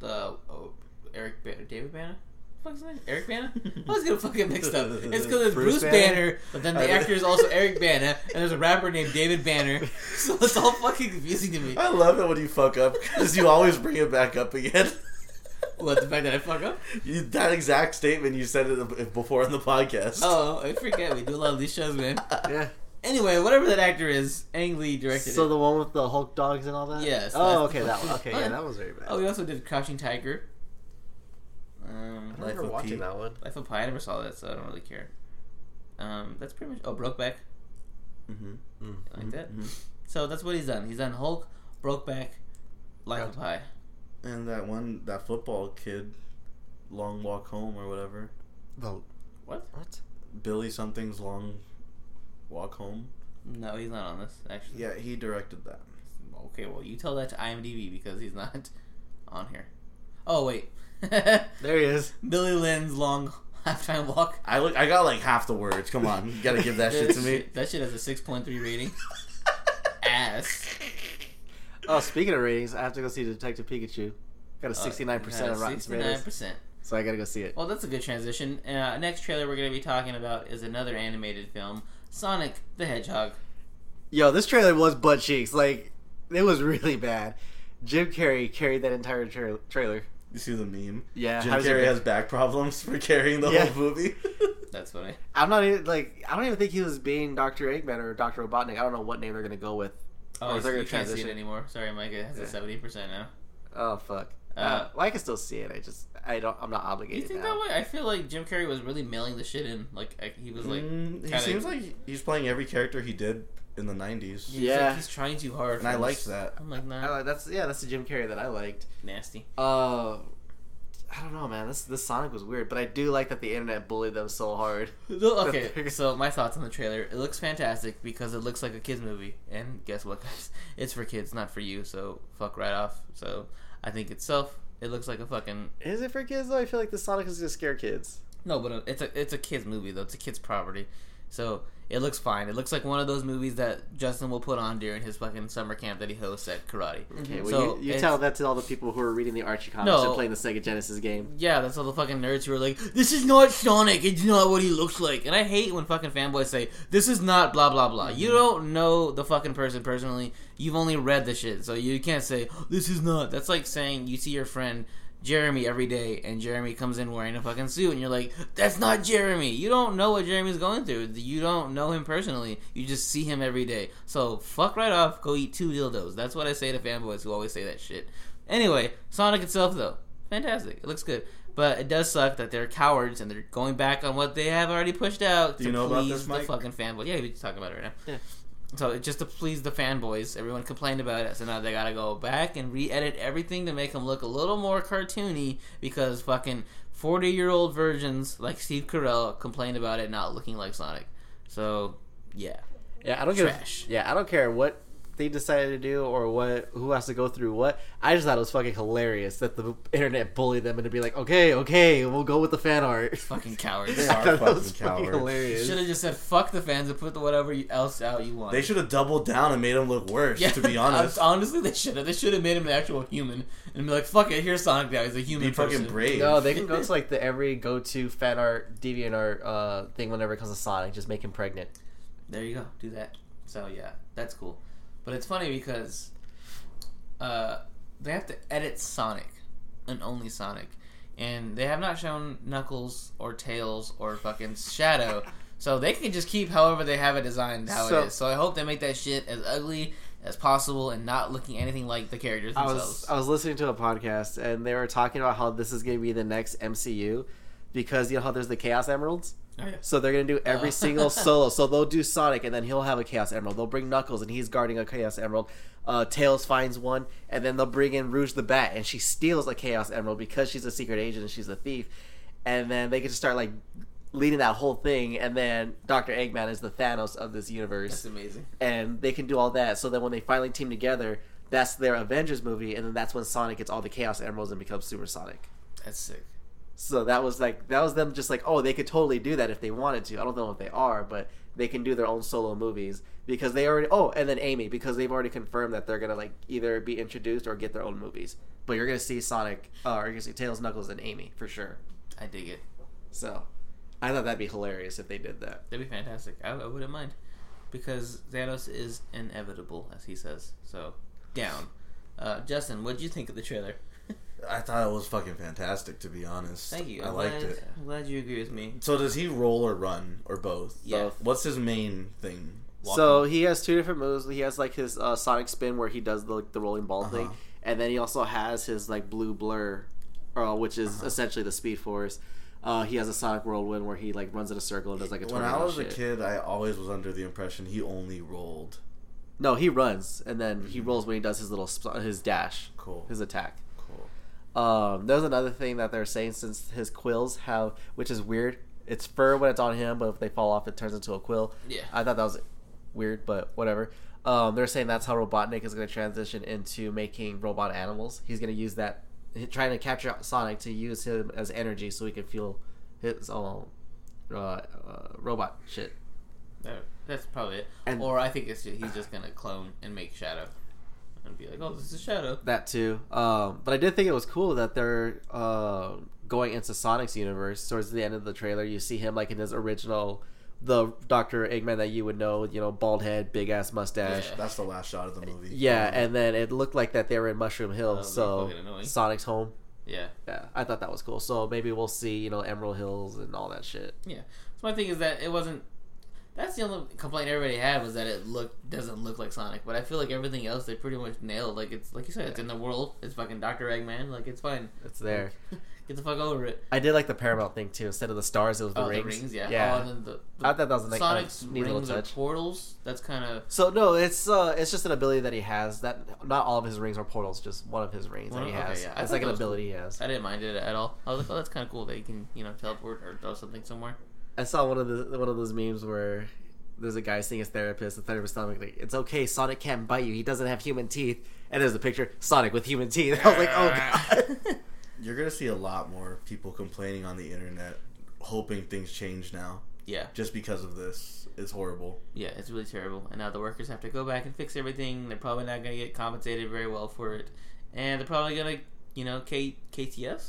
the oh, Eric ba- David Banner. What's his name? Eric Banner? I was gonna fucking mixed up. It's because it's Bruce, Bruce Banner, Banner? but then I the did- actor is also Eric Banner, and there's a rapper named David Banner. So it's all fucking confusing to me. I love it when you fuck up because you always bring it back up again. What the fact that I fuck up? You, that exact statement you said it before in the podcast. Oh, I forget. We do a lot of these shows, man. Yeah. Anyway, whatever that actor is, Ang Lee directed So it. the one with the Hulk dogs and all that. Yes, Oh, that's okay, the that one. one. Okay, Oh, yeah. yeah, that was very bad. Oh, we also did Crouching Tiger. Um, I Life remember of watching Pi. that one. Life of Pi. I never saw that, so I don't really care. Um, that's pretty much. Oh, Brokeback, Mm-hmm. like that. mhm. So that's what he's done. He's done Hulk, Brokeback, Life of Pi. And that one, that football kid, long walk home or whatever. The What? what? Billy something's long walk home. No, he's not on this actually. Yeah, he directed that. Okay, well you tell that to IMDb because he's not on here. Oh wait, Billy There he is. Lynn's long halftime walk. I look, I got like half the words. Come on, you gotta give that shit to me. That shit has a six point three rating. Ass. Oh, speaking of ratings, I have to go see Detective Pikachu. Got a Uh, sixty-nine percent had on Rotten Tomatoes, 69%. so I gotta go see it. Well, that's a good transition. Uh, next trailer we're going to be talking about is another animated film, Sonic the Hedgehog. Yo, this trailer was butt cheeks. Like, it was really bad. Jim Carrey carried that entire tra- trailer. You see the meme? Yeah, Jim how does it Carrey make- has back problems for carrying the Yeah. whole movie. That's funny. I'm not even like I don't even think he was being Doctor Eggman or Doctor Robotnik. I don't know what name they're gonna go with. Oh, is there you a can't see transition? it anymore. Sorry, Mike. It has Yeah. a seventy percent now. Oh fuck. Uh, Uh, well, I can still see it. I just I don't. I'm not You obligated think now. that way? I feel like Jim Carrey was really mailing the shit in. Like I, he was like, Mm, he kinda- seems like he's playing every character he did in the '90s, he's, like, Yeah. he's trying too hard. and I for like this. that. I'm like, I nah, like, that's yeah. That's the Jim Carrey that I liked. nasty. Uh, I don't know, man. This this Sonic was weird, but I do like that the internet bullied them so hard. No, okay, so my thoughts on the trailer. It looks fantastic because it looks like a kids movie, and guess what, guys? It's for kids, not for you. So fuck right off. So I think itself, it looks like a fucking Is it for kids though? I feel like the Sonic is gonna scare kids. uh, no, but it's a it's a kids movie though. It's a kids property, so It looks fine. It looks like one of those movies that Justin will put on during his fucking summer camp that he hosts at karate. Okay, well, So, you, you it's- tell that to all the people who are reading the Archie comics No. and playing the Sega Genesis game. Yeah, that's all the fucking nerds who are like, "This is not Sonic. It's not what he looks like." And I hate when fucking fanboys say, "This is not blah blah blah." You don't know the fucking person personally. You've only read the shit, so you can't say this is not. That's like saying you see your friend Jeremy every day, and Jeremy comes in wearing a fucking suit, and you're like, "That's not Jeremy." You don't know what Jeremy's going through. You don't know him personally. You just see him every day. So fuck right off. Go eat two dildos. That's what I say to fanboys who always say that shit. Anyway, Sonic itself though, fantastic. It looks good, but it does suck that they're cowards and they're going back on what they have already pushed out Do you know about this, Mike? the fucking fanboys. Yeah, we're talking about it right now. Yeah. So it- just to please the fanboys, everyone complained about it. So now they gotta go back and re-edit everything to make them look a little more cartoony because fucking forty-year-old virgins like Steve Carell complained about it not looking like Sonic. So yeah, Yeah, I don't Trash. give. Yeah, I don't care what they decided to do or what who has to go through what. I just thought it was fucking hilarious that the internet bullied them and to be like, okay, okay, we'll go with the fan art. fucking cowards. They I are thought that fucking was fucking cowards. hilarious. Should have just said fuck the fans and put the whatever else out you want. They should have doubled down and made him look worse. to be honest, honestly, they should have. They should have made him an actual human and be like, "Fuck it, here's Sonic now. He's a human be fucking person." brave. No, they can go to like the every go-to fan art, deviant art uh, thing whenever it comes to Sonic. Just make him pregnant. There you go. Do that. So yeah, that's cool. But it's funny because uh, they have to edit Sonic and only Sonic, and they have not shown Knuckles or Tails or fucking Shadow. So they can just keep however they have it designed how So- it is. So I hope they make that shit as ugly as possible and not looking anything like the characters I themselves. was I was listening to a podcast and they were talking about how this is going to be the next MCU because you know how there's the Chaos Emeralds. Oh, yeah. So they're gonna do every Oh. single solo. So they'll do Sonic, and then he'll have a Chaos Emerald. They'll bring Knuckles, and he's guarding a Chaos Emerald. Uh, Tails finds one, and then they'll bring in Rouge the Bat, and she steals a Chaos Emerald because she's a secret agent and she's a thief. And then they can just start like leading that whole thing, and then Doctor Eggman is the Thanos of this universe That's amazing. and they can do all that. So then when they finally team together, that's their Avengers movie, and then that's when Sonic gets all the Chaos Emeralds and becomes Super Sonic. That's sick. So that was like that was them just like, oh, they could totally do that if they wanted to. I don't know if they are, but they can do their own solo movies because they already. Oh, and then Amy because they've already confirmed that they're gonna like either be introduced or get their own movies. But you're gonna see Sonic, uh, or you're gonna see Tails, Knuckles, and Amy for sure. I dig it. So I thought that'd be hilarious if they did that. That'd be fantastic. I, I wouldn't mind because Thanos is inevitable, as he says. So down. Uh, Justin, what would you think of the trailer? I thought it was fucking fantastic. To be honest, Thank you. I I'm liked glad, it. I'm glad you agree with me. So does he roll or run or both? Yeah. Both. What's his main thing? So he has two different moves. He has like his uh, Sonic spin where he does the, like, the rolling ball thing, Uh-huh. and then he also has his like blue blur, uh, which is Uh-huh. essentially the Speed Force. Uh, he has a Sonic Whirlwind where he like runs in a circle and does like a when tornado. I was and a shit. kid, I always was under the impression he only rolled. no, he runs and then he rolls when he does his little sp- his dash, Mm-hmm. Cool. his attack. Cool. Um, there's another thing that they're saying since his quills have, which is weird. It's fur when it's on him, but if they fall off, it turns into a quill. Yeah. I thought that was weird, but whatever. Um, they're saying that's how Robotnik is going to transition into making robot animals. He's going to use that, he- trying to capture Sonic to use him as energy so he can feel his own uh, uh, robot shit. That- that's probably it. And- or I think it's just, he's just gonna clone and make Shadow and be like, "Oh, this is Shadow." That too. Um, but I did think it was cool that they're uh, going into Sonic's universe. Towards the end of the trailer, you see him like in his original, the Doctor Eggman that you would know. You know, bald head, big ass mustache. Yeah. That's the last shot of the movie. Yeah, and then it looked like that they were in Mushroom Hill, that'd be so Oh, fucking annoying. Sonic's home. Yeah, Yeah, I thought that was cool. So maybe we'll see, you know, Emerald Hills and all that shit. yeah. So my thing is that it wasn't. That's the only complaint everybody had was that it look doesn't look like Sonic, but I feel like everything else they pretty much nailed. Like it's like you said, it's in the world. It's fucking Doctor Eggman. Like it's fine. It's there. Get the fuck over it. I did like the Paramount thing too. Instead of the stars, it was the oh, rings. the rings, yeah. yeah. Oh, and then the, I thought that was a nice- Sonic's a neat little rings are touch. portals. That's kind of So no, it's uh, it's just an ability that he has. That not all of his rings are portals, just one of his rings One that he of- okay, has. yeah. I It's thought like that an was cool. ability he has. I didn't mind it at all. I was like, oh, that's kind of cool that you can you know teleport or throw something somewhere. I saw one of the one of those memes where there's a guy seeing his therapist. The therapist telling him like, "It's okay, Sonic can't bite you. He doesn't have human teeth." And there's a picture Sonic with human teeth. I was like, "Oh god." You're gonna see a lot more people complaining on the internet, hoping things change now. Yeah, just because of this. It's horrible. yeah, it's really terrible. And now the workers have to go back and fix everything. They're probably not gonna get compensated very well for it, and they're probably gonna, you know, K- KTS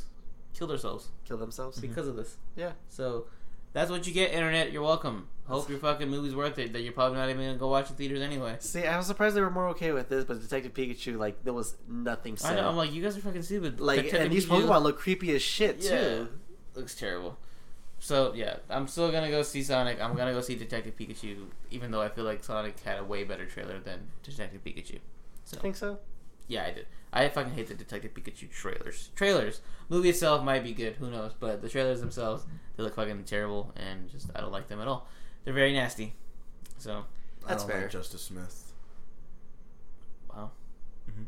kill themselves Kill themselves. because of this. Mm-hmm. Yeah. So that's what you get, internet. You're welcome. Hope your fucking movie's worth it. That you're probably not even gonna go watch in theaters anyway. See, I was surprised they were more okay with this, but Detective Pikachu, like, there was nothing I said. know. I'm like, you guys are fucking stupid. like, Detective and these Pikachu Pokemon look creepy as shit Yeah. too. looks terrible. So yeah, I'm still gonna go see Sonic. I'm gonna go see Detective Pikachu, even though I feel like Sonic had a way better trailer than Detective Pikachu. I think so. Yeah, I did. I fucking hate the Detective Pikachu trailers. Trailers. Movie itself might be good, who knows? But the trailers themselves, they look fucking terrible, and just I don't like them at all. They're very nasty. So That's I don't fair. like Justice Smith. Wow. hmm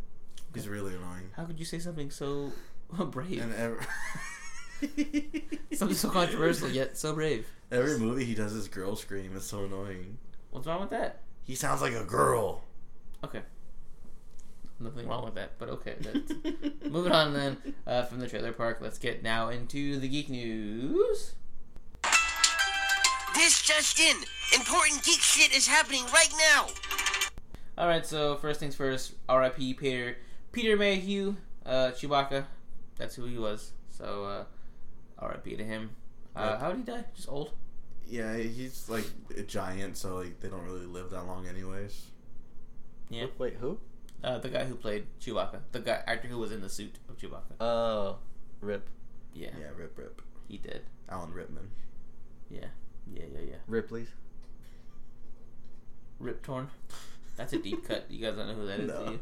He's really annoying. how could you say something so brave, And every, something so controversial yet so brave? every movie he does his girl scream. It's so annoying. What's wrong with that? He sounds like a girl. Okay. Nothing wrong with that, but okay. That's... Moving on then uh, from the trailer park, let's get now into the geek news. This just in. Important geek shit is happening right now. All right, so first things first. R.I.P. Peter Peter Mayhew, uh, Chewbacca. That's who he was. So uh, R.I.P. to him. Uh, Yep. how did he die? Just old. Yeah, he's like a giant, so like they don't really live that long, anyways. Yeah. Wait, who? Uh, the guy who played Chewbacca, the guy actor who was in the suit of Chewbacca. Uh, Oh, Rip, Yeah, Yeah, Rip Rip. he did. Alan Ripman. Yeah, yeah, yeah, yeah. Ripley's. Rip torn. That's a deep cut. You guys don't know who that is. No. Do you?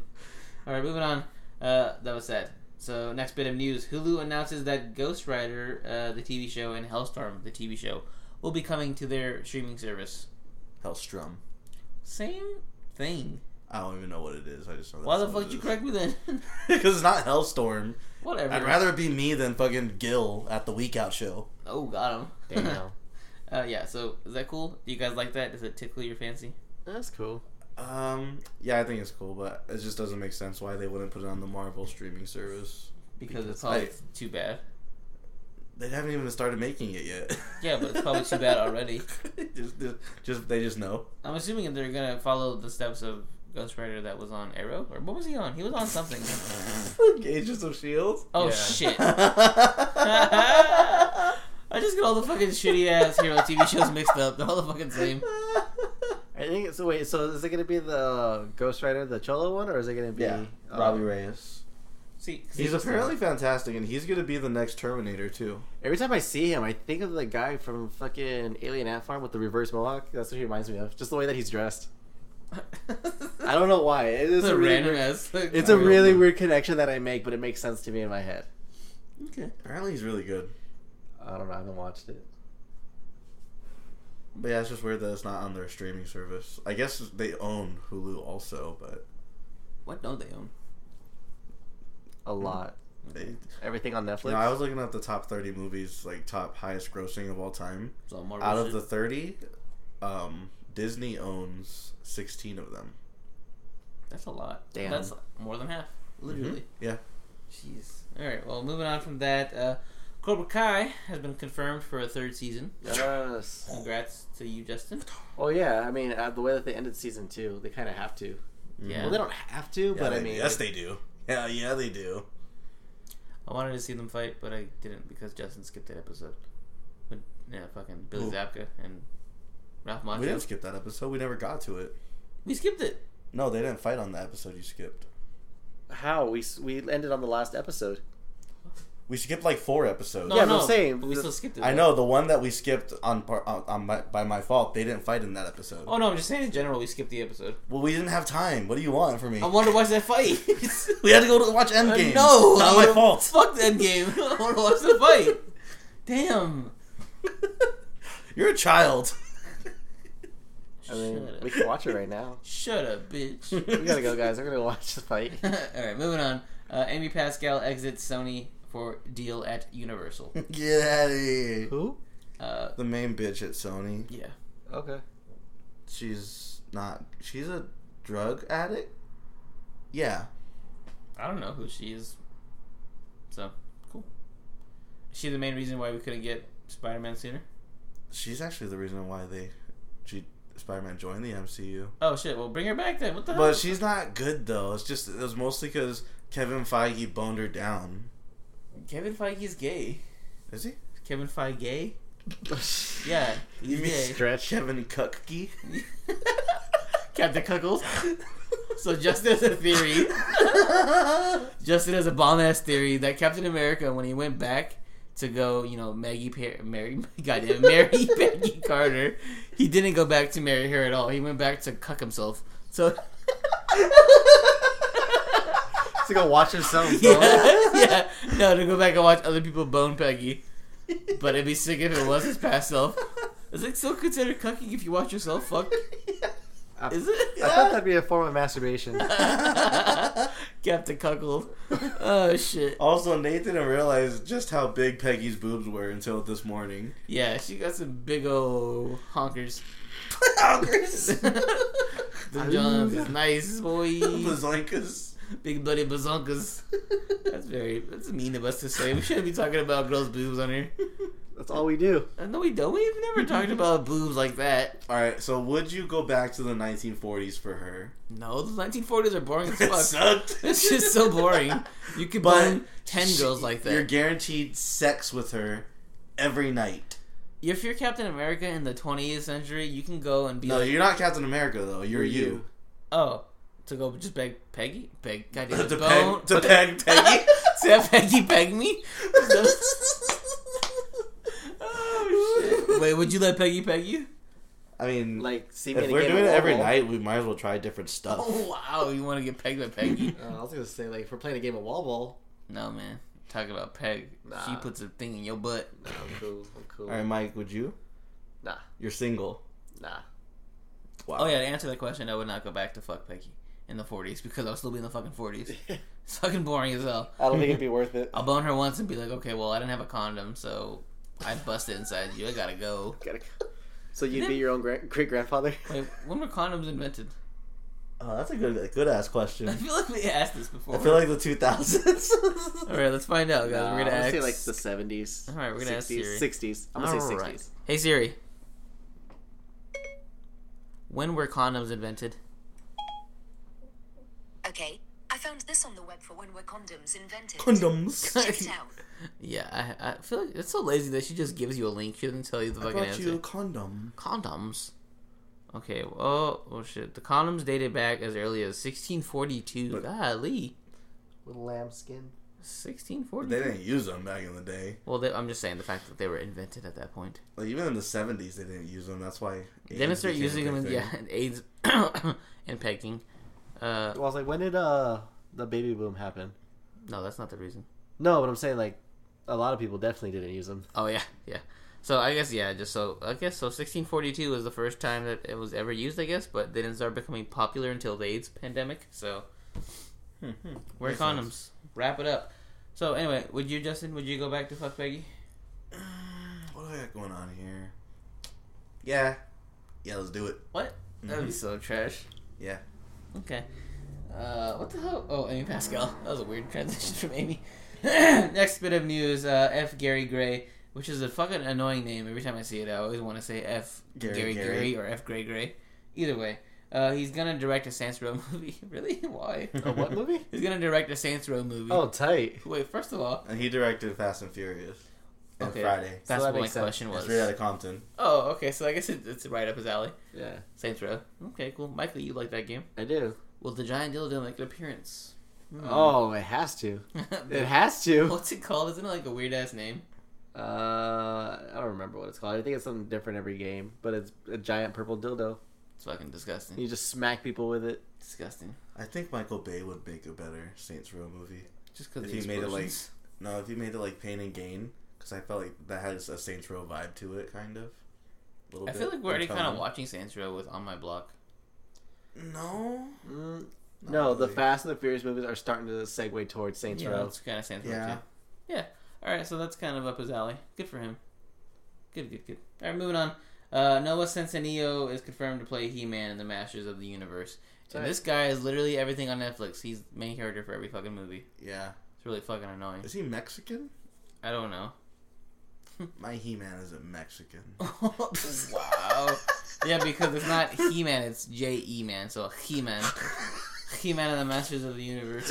All right, moving on. Uh, that was sad. So next bit of news: Hulu announces that Ghost Rider, uh, the TV show, and Hellstorm, the TV show, will be coming to their streaming service. Hellstrom. Same thing. I don't even know what it is. I just know Why the fuck did you correct me then? Because it's not Hellstorm. Whatever. I'd rather it be me than fucking Gil at the Week Out show. Oh, got him. Damn, uh, yeah. So is that cool? Do you guys like that? Does it tickle your fancy? that's cool. Um, yeah, I think it's cool, but it just doesn't make sense why they wouldn't put it on the Marvel streaming service. Because it's Because probably I- too bad. They haven't even started making it yet. Yeah, but it's probably too bad already. just, just, just- they just know. I'm assuming that they're gonna follow the steps of Ghost Rider that was on Arrow, or what was he on? He was on something. Agents of E Shield. Oh Yeah. shit! I just get all the fucking shitty ass hero TV shows mixed up. They're all the fucking same. I think it's so. Wait, so is it gonna be the uh, Ghost Rider, the Cholo one, or is it gonna be Yeah, Um, uh, Robbie Reyes. See, 'cause He's he was- apparently fantastic, and he's gonna be the next Terminator too. Every time I see him, I think of the guy from fucking Alien Ant Farm with the reverse mohawk. That's what he reminds me of. Just the way that he's dressed. I don't know why. It is It's a a really random weird- ass. it's a really remember. weird connection that I make, but it makes sense to me in my head. Okay. Apparently, he's really good. I don't know. I haven't watched it. But yeah, it's just weird that it's not on their streaming service. I guess they own Hulu also, but What don't they own? A Hmm. lot. they. Everything on Netflix. No, I was looking at the top 30 movies, like top highest grossing of all time. It's all Marvel Out of Oh, shit. the 30, um, Disney owns 16 of them. That's a lot. Damn. Mm-hmm. That's more than half, literally. Yeah. Jeez. All right. Well, moving on from that, uh, Cobra Kai has been confirmed for a third season. Yes. Congrats to you, Justin. Oh yeah. I mean, uh, the way that they ended season two, they kind of have to. Yeah. Well, they don't have to, but Yeah, I they- mean, yes, they do. Yeah, yeah, they do. I wanted to see them fight, but I didn't because Justin skipped that episode. But yeah, fucking Billy Who? Zabka and Ralph Macchio. We didn't skip that episode. We never got to it. We skipped it. No, they didn't fight on the episode you skipped. how we s- we ended on the last episode. We skipped like four episodes. No, Yeah, but no, I'm saying- but we still skipped it. I know the one that we skipped on, par- on, on my, by my fault. They didn't fight in that episode. Oh no, I'm just saying in general we skipped the episode. Well, we didn't have time. What do you want from me? I wanted to watch that fight. Uh, we had to go to watch Endgame. no, not I- my fault. Fuck that game. I want to watch the fight. Damn. You're a child. I mean, Shut we up. can watch it right now. Shut up, bitch. We gotta go, guys. We're gonna watch the fight. All right, moving on. Uh, Amy Pascal exits Sony for deal at Universal. Get out of here. Who? Uh, The main bitch at Sony. yeah, Okay. She's not. She's a drug addict. Yeah. I don't know who she is. So cool. Is she the main reason why we couldn't get Spider Man sooner? she's actually the reason why they, she Spider Man joined the MCU. Oh shit! Well, bring her back then. What the hell? But she's not good though. It's just it was mostly because Kevin Feige boned her down. Kevin Feige's gay. Is he? Kevin Feige. Yeah, he's You mean gay. Stretch. Kevin Kucky. Captain Cuckles. so Justin has a theory. Justin has a bomb ass theory that Captain America, when he went back to go, you know, Maggie, pa- Mary, goddamn, marry Peggy Carter, he didn't go back to marry her at all. He went back to cuck himself. So. He's gonna watch himself. bro. yeah, yeah. No, to go back and watch other people bone Peggy. But it'd be sick if it was his past self. Is it still considered cucking if you watch yourself fuck? Is it? I thought that'd be a form of masturbation. Captain Cuckold. Oh shit. Also, Nathan didn't realize just how big Peggy's boobs were until this morning. Yeah, she got some big ol' honkers. Them Johns is nice, boy. Bazankas. Big bloody bazonkas. That's very that's mean of us to say. We shouldn't be talking about girls' boobs on here. That's all we do. Uh, No, we don't. We've never talked about boobs like that. All right, so would you go back to the 1940s for her? No, the 1940s are boring as It fuck. sucked. It's just so boring. You could But bone ten She- girls like that. You're guaranteed sex with her every night. if you're Captain America in the 20th century, you can go and be No, like, you're not Captain America though. You're you. oh, to go just beg Peggy, beg, goddamn, To bone, peg, to peg Peggy. to have Peggy peg me. oh shit! Wait, would you let Peggy peg you? I mean, Like, see me if in a we're game doing it of every wall-ball. night, we might as well try different stuff. Oh wow, you want to get pegged by Peggy? Uh, I was gonna say, like, if we're playing a game of wall ball, no man, talk about peg. She Nah. puts a thing in your butt. nah, I'm cool. I'm cool. All right, Mike, would you? Nah, You're single. nah. Wow. Oh yeah, to answer that question, I would not go back to fuck Peggy in the 40s because I'll still be in the fucking 40s. it's fucking boring as hell. I don't think it'd be worth it. I'll bone her once and be like, okay, well, I didn't have a condom, so I busted inside you. I gotta go. Gotta go. So you'd be your own gra- great grandfather? Wait, when were condoms invented? Oh, that's a good, a good ass question. I feel like we asked this before. I feel like the 2000s. All right, let's find out, guys. we're gonna I'm ask. say like the seventies. All right, we're gonna ask Siri. Sixties. I'm gonna say All sixties. right. Hey Siri. When were condoms invented? Okay, I found this on the web for when were condoms invented. Condoms. Check it out. Yeah, I, I feel like it's so lazy that she just gives you a link. She doesn't tell you the I fucking brought answer. you a condom. Condoms. Okay. well, Oh, oh shit. The condoms dated back as early as 1642. Golly, With lambskin. 1642. They didn't use them back in the day. Well, they, I'm just saying the fact that they were invented at that point. Like even in the 70s, they didn't use them. That's why. They didn't start became a using big them in thing. yeah, and AIDS and pegging. Uh, Well, I was like, when did uh the baby boom happen? no, that's not the reason. No, but I'm saying like a lot of people definitely didn't use them. Oh yeah, yeah. So I guess yeah, just so I guess so. 1642 was the first time that it was ever used, I guess, but they didn't start becoming popular until the AIDS pandemic. So hmm, wear condoms. Wrap it up. So anyway, would you Justin? Would you go back to fuck Peggy? What do I got going on here? Yeah. Yeah, let's do it. What? That'd be so trash. Mm-hmm. Yeah. Okay. Uh, what the hell? Oh, Amy Pascal. That was a weird transition from Amy. Next bit of news: uh, F. Gary Gray, which is a fucking annoying name. Every time I see it, I always want to say F. Gary Gary Gary, Gary. or F. Gray Gray. Either way, uh, he's gonna direct a Saints Row movie. really? Why? A what movie? he's gonna direct a Saints Row movie. Oh, tight. Wait, first of all, And he directed Fast and Furious. And okay, Friday. That's So that what my makes sense. question It's was. right out of Compton. Oh, okay. So I guess it, it's right up his alley. Yeah, Saints Row. Okay, cool. Michael, you like that game? I do. Will the giant dildo make an appearance? Oh, it has to. It has to. What's it called? Isn't it like a weird ass name? Uh, I don't remember what it's called. I think it's something different every game, but it's a giant purple dildo. It's fucking disgusting. You just smack people with it. Disgusting. I think Michael Bay would make a better Saints Row movie. Just because If he made it like no, if he made it like Pain and Gain, because I felt like that has a Saints Row vibe to it, kind of. Little I bit. feel like we're already It's kind of coming. watching Saints Row with on my block. No. Mm, no, the really. Fast and the Furious movies are starting to segue towards Saints Row. it's kind of Saints Row Yeah. too. Yeah. All right, so that's kind of up his alley. Good for him. Good, good, good. All right, moving on. Uh, Noah Centineo is confirmed to play He-Man in the Masters of the Universe. And Right. this guy is literally everything on Netflix. He's main character for every fucking movie. Yeah. It's really fucking annoying. Is he Mexican? I don't know. My He Man is a Mexican. wow. Yeah, because it's not He Man, it's J E Man. So He Man. He Man and the Masters of the Universe.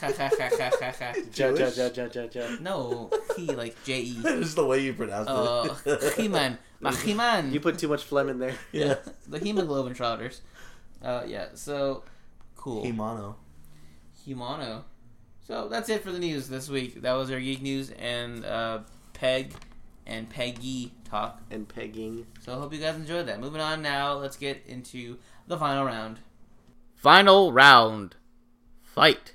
Ha ha ha ha ha ha. Ja, ja, Jewish? ja, ja, ja, ja. No, he like J E. That is the way you pronounce Uh, it. He Man. My He Man. You put too much phlegm in there. yeah. the hemoglobin trotters. Uh, yeah, so cool. He Mono. Humano. So that's it for the news this week. That was our geek news and uh, Peg and Peggy talk. And pegging. So I hope you guys enjoyed that. Moving on now, let's get into the final round. Final round. Fight.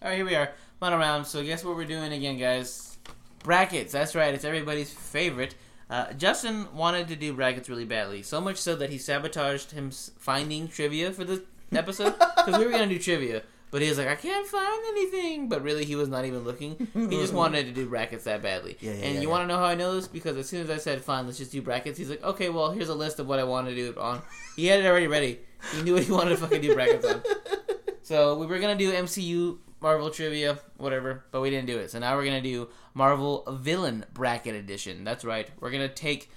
Alright, here we are. Final round. So guess what we're doing again, guys? Brackets. That's right. It's everybody's favorite. Uh, Justin wanted to do brackets really badly. So much so that he sabotaged him s- finding trivia for the episode. Because we were going to do trivia. But he was like, I can't find anything. But really, he was not even looking. He just wanted to do brackets that badly. Yeah, yeah, and yeah, you yeah. want to know how I know this? Because as soon as I said, fine, let's just do brackets, he's like, okay, well, here's a list of what I want to do it on. He had it already ready. He knew what he wanted to fucking do brackets on. So we were gonna do MCU Marvel trivia, whatever, but we didn't do it. So now we're gonna do Marvel Villain Bracket Edition. That's right. We're gonna take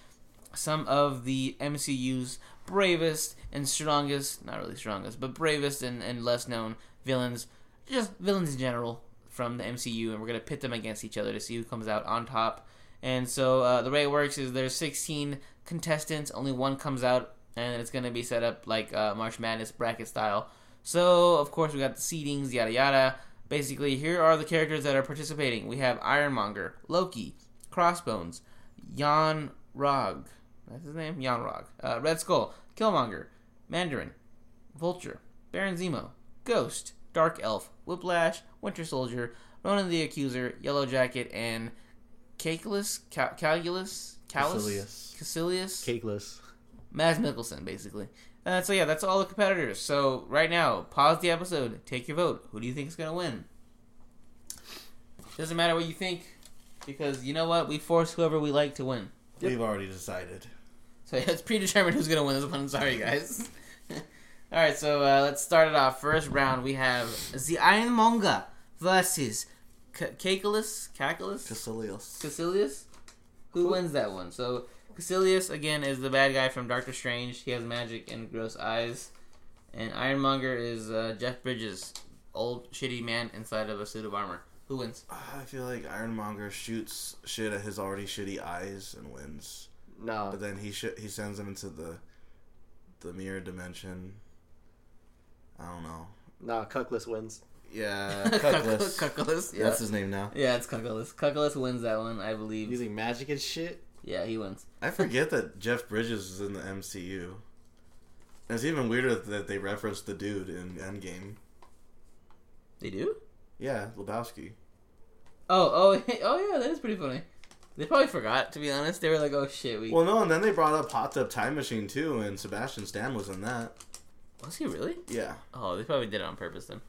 some of the MCU's bravest and strongest, not really strongest, but bravest and, and less known villains, just villains in general from the MCU, and we're going to pit them against each other to see who comes out on top. And so uh, the way it works is there's 16 contestants, only one comes out, and it's going to be set up like uh, March Madness bracket style. So, of course, we got the seedings, yada yada. Basically, here are the characters that are participating. We have Ironmonger, Loki, Crossbones, Jan Rog. That's his name? Jan Rog. Uh, Red Skull, Killmonger, Mandarin, Vulture, Baron Zemo, Ghost, Dark Elf, Whiplash, Winter Soldier, Ronan the Accuser, Yellow Jacket, and Caculus? Cal- Calculus? Callus? Caecilius. Caecilius? Cakeless. Mads Mikkelsen, basically. Uh, so yeah, that's all the competitors. So right now, pause the episode, take your vote. Who do you think is gonna win? Doesn't matter what you think, because you know what? We force whoever we like to win. We've already decided. So yeah, it's predetermined who's gonna win this one. I'm sorry, guys. All right, so uh, let's start it off. First round, we have the Ironmonger versus Ca- Caculus. Caculus. Casilius. Caecilius? Who wins that one? So Caecilius again is the bad guy from Doctor Strange. He has magic and gross eyes. And Ironmonger is uh, Jeff Bridges, old shitty man inside of a suit of armor. Who wins? Ah, I feel like Ironmonger shoots shit at his already shitty eyes and wins. No. But then he sh- he sends him into the the mirror dimension. I don't know. No, cuckless wins. Yeah, Cuckless. Cuckless. Yeah. That's his name now. yeah, it's Cuckless. Cuckless wins that one, I believe. Using magic and shit. yeah, he wins. I forget that Jeff Bridges is in the MCU. It's even weirder that they referenced the dude in Endgame. They do? Yeah, Lebowski. Oh, oh, oh yeah, that is pretty funny. They probably forgot, to be honest. They were like, oh shit, we. Well, no, and then they brought up Hot Tub Time Machine too, and Sebastian Stan was in that. was he really? Yeah, Oh, they probably did it on purpose then.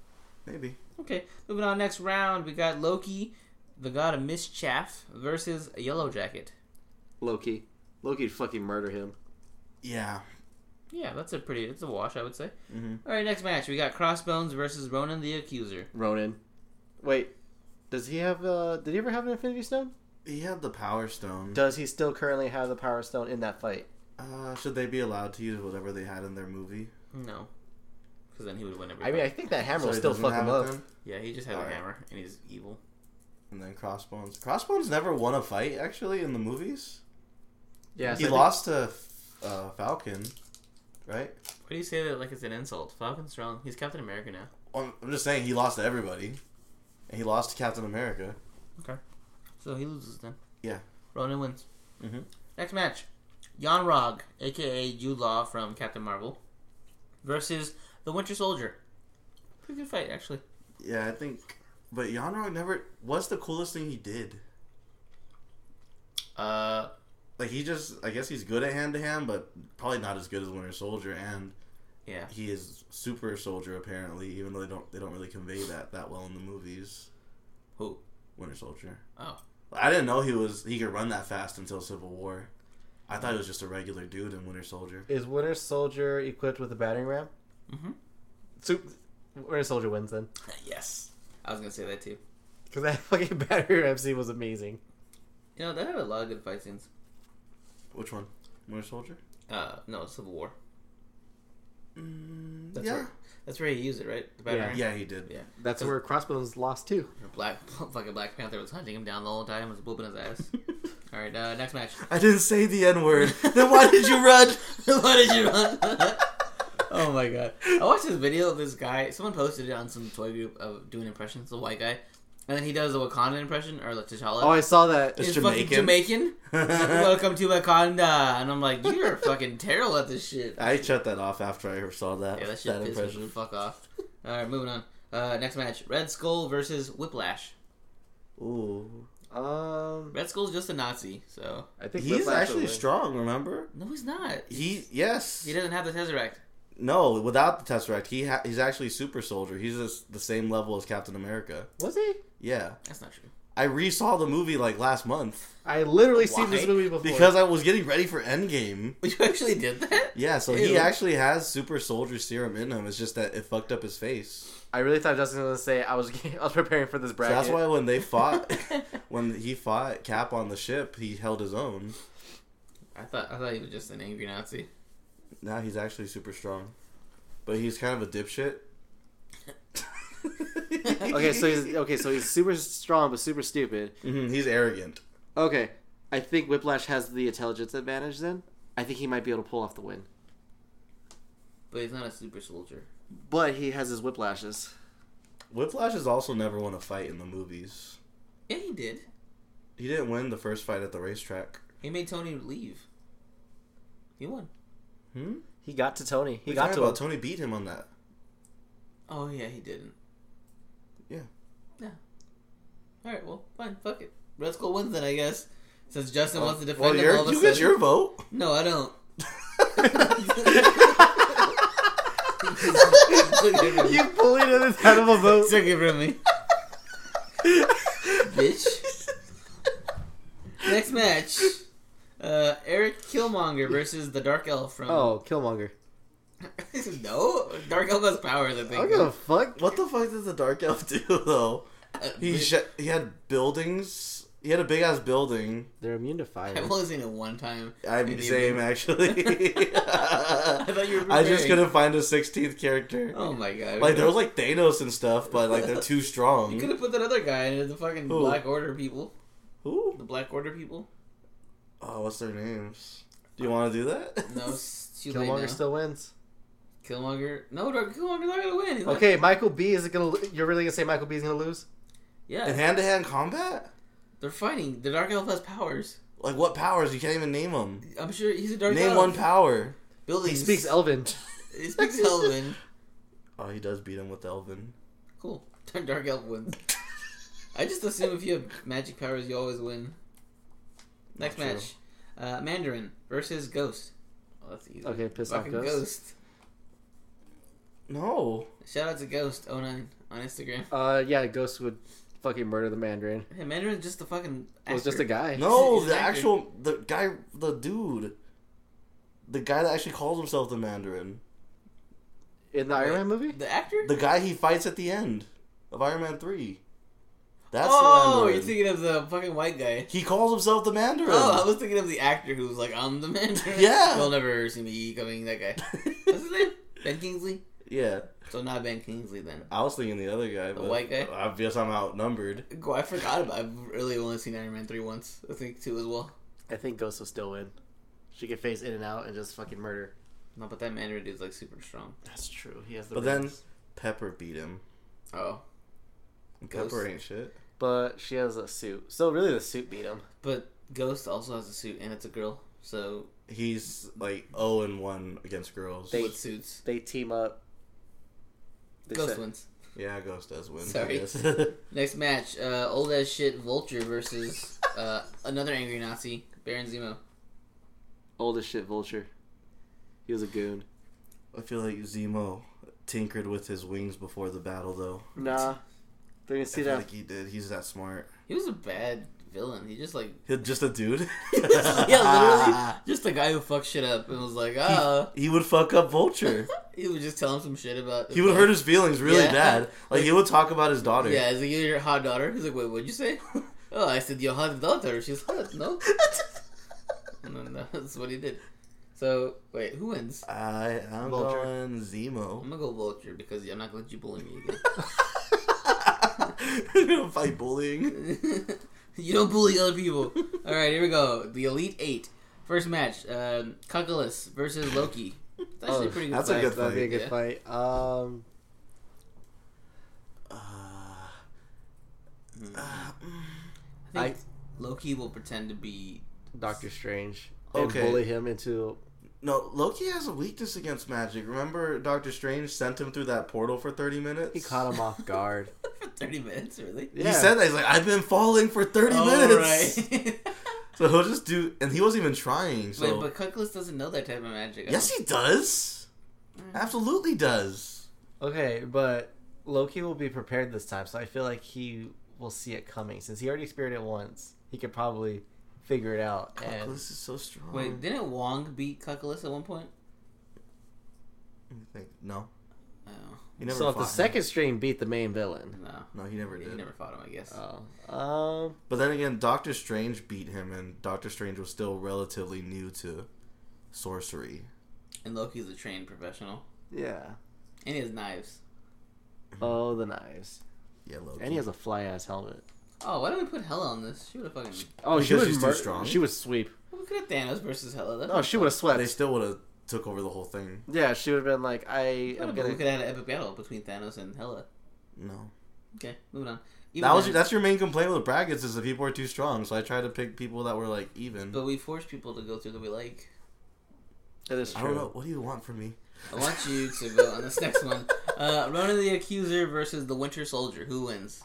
maybe. Okay, moving on. Next round, we got Loki, the god of mischief, versus Yellow Jacket. Loki. Loki'd fucking murder him. Yeah, Yeah, that's a pretty. It's a wash, I would say. Mhm. Mm-hmm. All right, next match, we got Crossbones versus Ronan the Accuser. Ronan. Wait. Does he have uh did he ever have an infinity stone? he had the Power Stone. Does he still currently have the power stone in that fight? Uh, should they be allowed to use whatever they had in their movie? No, because then he would win every. I mean I fight. think that hammer So will he still doesn't fuck him have it up. then? yeah, he just has a Alright. hammer and he's evil. And then Crossbones. Crossbones never won a fight actually in the movies. Yeah, he lost to uh, Falcon, right? Why do you say that like it's an insult? Falcon's strong. He's Captain America now. I'm I'm just saying he lost to everybody, and he lost to Captain America. So he loses then. Yeah. Ronan wins. Mhm. Next match, Jan Rog, aka Jude Law from Captain Marvel, versus the Winter Soldier. Pretty good fight, actually. Yeah, I think. But Yanrog never. What's the coolest thing he did? Uh, Like he just. I guess he's good at hand to hand, but probably not as good as Winter Soldier. And yeah. he is super soldier apparently, even though they don't they don't really convey that that well in the movies. Who? Winter Soldier. Oh, I didn't know he was he could run that fast until Civil War. I thought he was just a regular dude in Winter Soldier. Is Winter Soldier equipped with a battering ram? Mm-hmm. Mhm. So Winter Soldier wins then. yes. I was gonna say that too. Because that fucking battering ram scene was amazing. You know, they have a lot of good fight scenes. Which one? Winter Soldier. Uh, no, Civil War. That's yeah. Where, that's where he used it, right? The Batarang? Yeah, he did. Yeah. That's where Crossbones lost too. Black fucking Black Panther was hunting him down the whole time, was whooping his ass. All right, uh, next match. I didn't say the N word. then why did you run? Why did you run? oh my god! I watched this video of this guy. Someone posted it on some toy group of doing impressions. A white guy, and then he does the Wakanda impression or like T'Challa. Oh, I saw that. It's He's fucking Jamaican. Welcome to Wakanda, and I'm like, you're fucking terrible at this shit. I shut that off after I saw that. Yeah, that shit that pissed me the impression. fuck off. All right, moving on. Uh, next match: Red Skull versus Whiplash. Ooh, Um, Red Skull's just a Nazi, so I think he's Whiplash actually will win. strong. Remember, no, he's not. he yes, He doesn't have the Tesseract. no, without the Tesseract, he ha- he's actually super soldier. He's just the same level as Captain America. Was he? Yeah, That's not true. I resaw the movie like last month I literally seen Why? this movie before. because I was getting ready for Endgame. You actually did that? Yeah, so Ew. he actually has super soldier serum in him. It's just that it fucked up his face. I really thought Justin was gonna say I was I was preparing for this So bracket. that's why when they fought, when he fought Cap on the ship, he held his own. I thought I thought he was just an angry Nazi. Now he's actually super strong, but he's kind of a dipshit. okay, so he's okay, so he's super strong but super stupid. Mhm, he's arrogant. Okay, I think Whiplash has the intelligence advantage. Then I think he might be able to pull off the win, But he's not a super soldier. but he has his whiplashes. Whiplash has also never won a fight in the movies. Yeah, he did. He didn't win the first fight at the racetrack. He made Tony leave. He won. Hmm? He got to Tony. He We got talked to him. about Tony beat him on that. Oh yeah, he didn't. Yeah. Yeah. All right. Well, fine. Fuck it. Red Skull wins then, I guess. Since Justin wants to Well, defend him all you're, of a you sudden. get your vote. No, I don't. you bullied him out of a vote. Took it from me. Bitch. Next match. Uh, Eric Killmonger versus the Dark Elf from. Oh, Killmonger. no, Dark Elf has powers. I I don't think. give a fuck. What the fuck does the Dark Elf do though? Uh, He sh- he had buildings. He had a big ass building. They're immune to fire. I've only seen it one time. I'm And he- same actually. I thought you were I just preparing. couldn't find a 16th character. Oh my god. Like there was like Thanos and stuff, but like they're too You could strong. have put that other guy in the fucking Who? Black Order people. Who? The Black Order people. Oh, what's their names? Do you want to do that? No, it's too late now. Killmonger still wins. Killmonger. No, Dark Killmonger's not gonna win. He's not- Okay, Michael B is gonna. lo- You're really gonna say Michael B is gonna lose? Yeah, In hand to hand combat? they're fighting. The Dark Elf has powers. Like what powers? You can't even name them. I'm sure he's a Dark Name Elf. one power. Buildings. He speaks Elven. He speaks Elven. Oh, he does beat him with Elvin. Cool. Dark Elf wins. I just assume if you have magic powers, you always win. Next Not true. match, uh, Mandarin versus Ghost. Oh, that's easy. Okay, piss off, Fucking Ghost. No. Ghost. Shout out to Ghost09 on Instagram. Uh, yeah, Ghost would fucking murder the Mandarin. Hey, Mandarin's just a fucking. It was just a actor. guy. No, he's the an actor. actual the guy the dude. The guy that actually calls himself the Mandarin. In the Iron Man movie? The actor? The guy he fights at the end of Iron Man 3. That's the oh, Mandarin. you're thinking of the fucking white guy. He calls himself the Mandarin. Oh, I was thinking of the actor who was like, I'm the Mandarin. Yeah. You'll never see me coming, that guy. What's his name? Ben Kingsley? yeah. So not Ben Kingsley then. I was thinking the other guy, but white guy? I guess I'm outnumbered. Go, I forgot about I've really only seen Iron Man 3 once. I think 2 as well. I think Ghost will still win. She could phase in and out and just fucking murder. No, but that Mandarin dude's like super strong. That's true. He has the. But then rings. Pepper beat him. Oh. And Ghost. Pepper ain't shit. but she has a suit. So really, the suit beat him. But Ghost also has a suit and it's a girl. So He's like 0 and 1 against girls. They- with suits. They team up. They Ghost set- wins. yeah, Ghost does win. I Sorry. guess. Next match, uh, old as shit Vulture versus uh, another angry Nazi, Baron Zemo. Old as shit, Vulture. He was a goon. I feel like Zemo tinkered with his wings before the battle, though. Nah, they're gonna see I feel that. like he did. He's that smart. He was a bad villain. He just like He- Just a dude. yeah, literally, just a guy who fucked shit up and was like, ah, He would fuck up Vulture. he would just tell him some shit about. He would hurt his feelings really Yeah. bad. Like he would talk about his daughter. Yeah, is like, you're your hot daughter? He's like, wait, what'd you say? oh, I said your hot daughter. She's hot, no? no, no, that's what he did. So, wait, who wins? I, I'm Vulture. going Zemo. I'm gonna go Vulture because I'm not gonna let you bully me Hmm? You're gonna fight bullying. again. you don't bully other people. Alright, here we go. The Elite Eight. First match um, Cuculus versus Loki. It's actually a Oh, pretty good that's a fight. good That'd be a good Yeah. fight. Um, Uh, I I think Loki will pretend to be. Doctor Strange and Okay. bully him into. no, Loki has a weakness against magic. Remember, Doctor Strange sent him through that portal for 30 minutes? He caught him off guard. for 30 minutes, really? Oh, Yeah. Oh, He said that. He's like, I've been falling for 30 minutes. right. So he'll just do, and he wasn't even trying. So Wait, but Cuculus doesn't know that type of magic. I yes, he does. Hmm. Absolutely does. Okay, but Loki will be prepared this time, so I feel like he will see it coming. Since he already speared it once, he could probably figure it out. And This is so strong. Wait, didn't Wong beat Cuculus at one point? Let me think. No, No, he never. so if fought the him. second strain beat the main villain, no, No, he Uh. never he did. never fought him. I guess. oh, um, But then again, Doctor Strange beat him, and Doctor Strange was still relatively new to sorcery. and Loki's a trained professional, yeah. and he has knives. Mm-hmm. Oh, the knives, Yeah, Loki. and he has a fly ass helmet. Oh, why don't we put Hela on this? She would have fucking. Oh, she Because was she's too mur- strong? She would sweep. Look at Thanos versus Hela. That Oh, she would have they swept. still would have took over the whole thing. Yeah, she would have been like, I But we am could gonna. have had an epic battle between Thanos and Hela. No, Okay, moving on. Even that was then- your, that's your main complaint with brackets is that people are too strong. So I tried to pick people that were like even. But we force people to go through that we like. That is I true. don't know. What do you want from me? I want you to go on this next one. Uh, Ronan the Accuser versus the Winter Soldier. Who wins?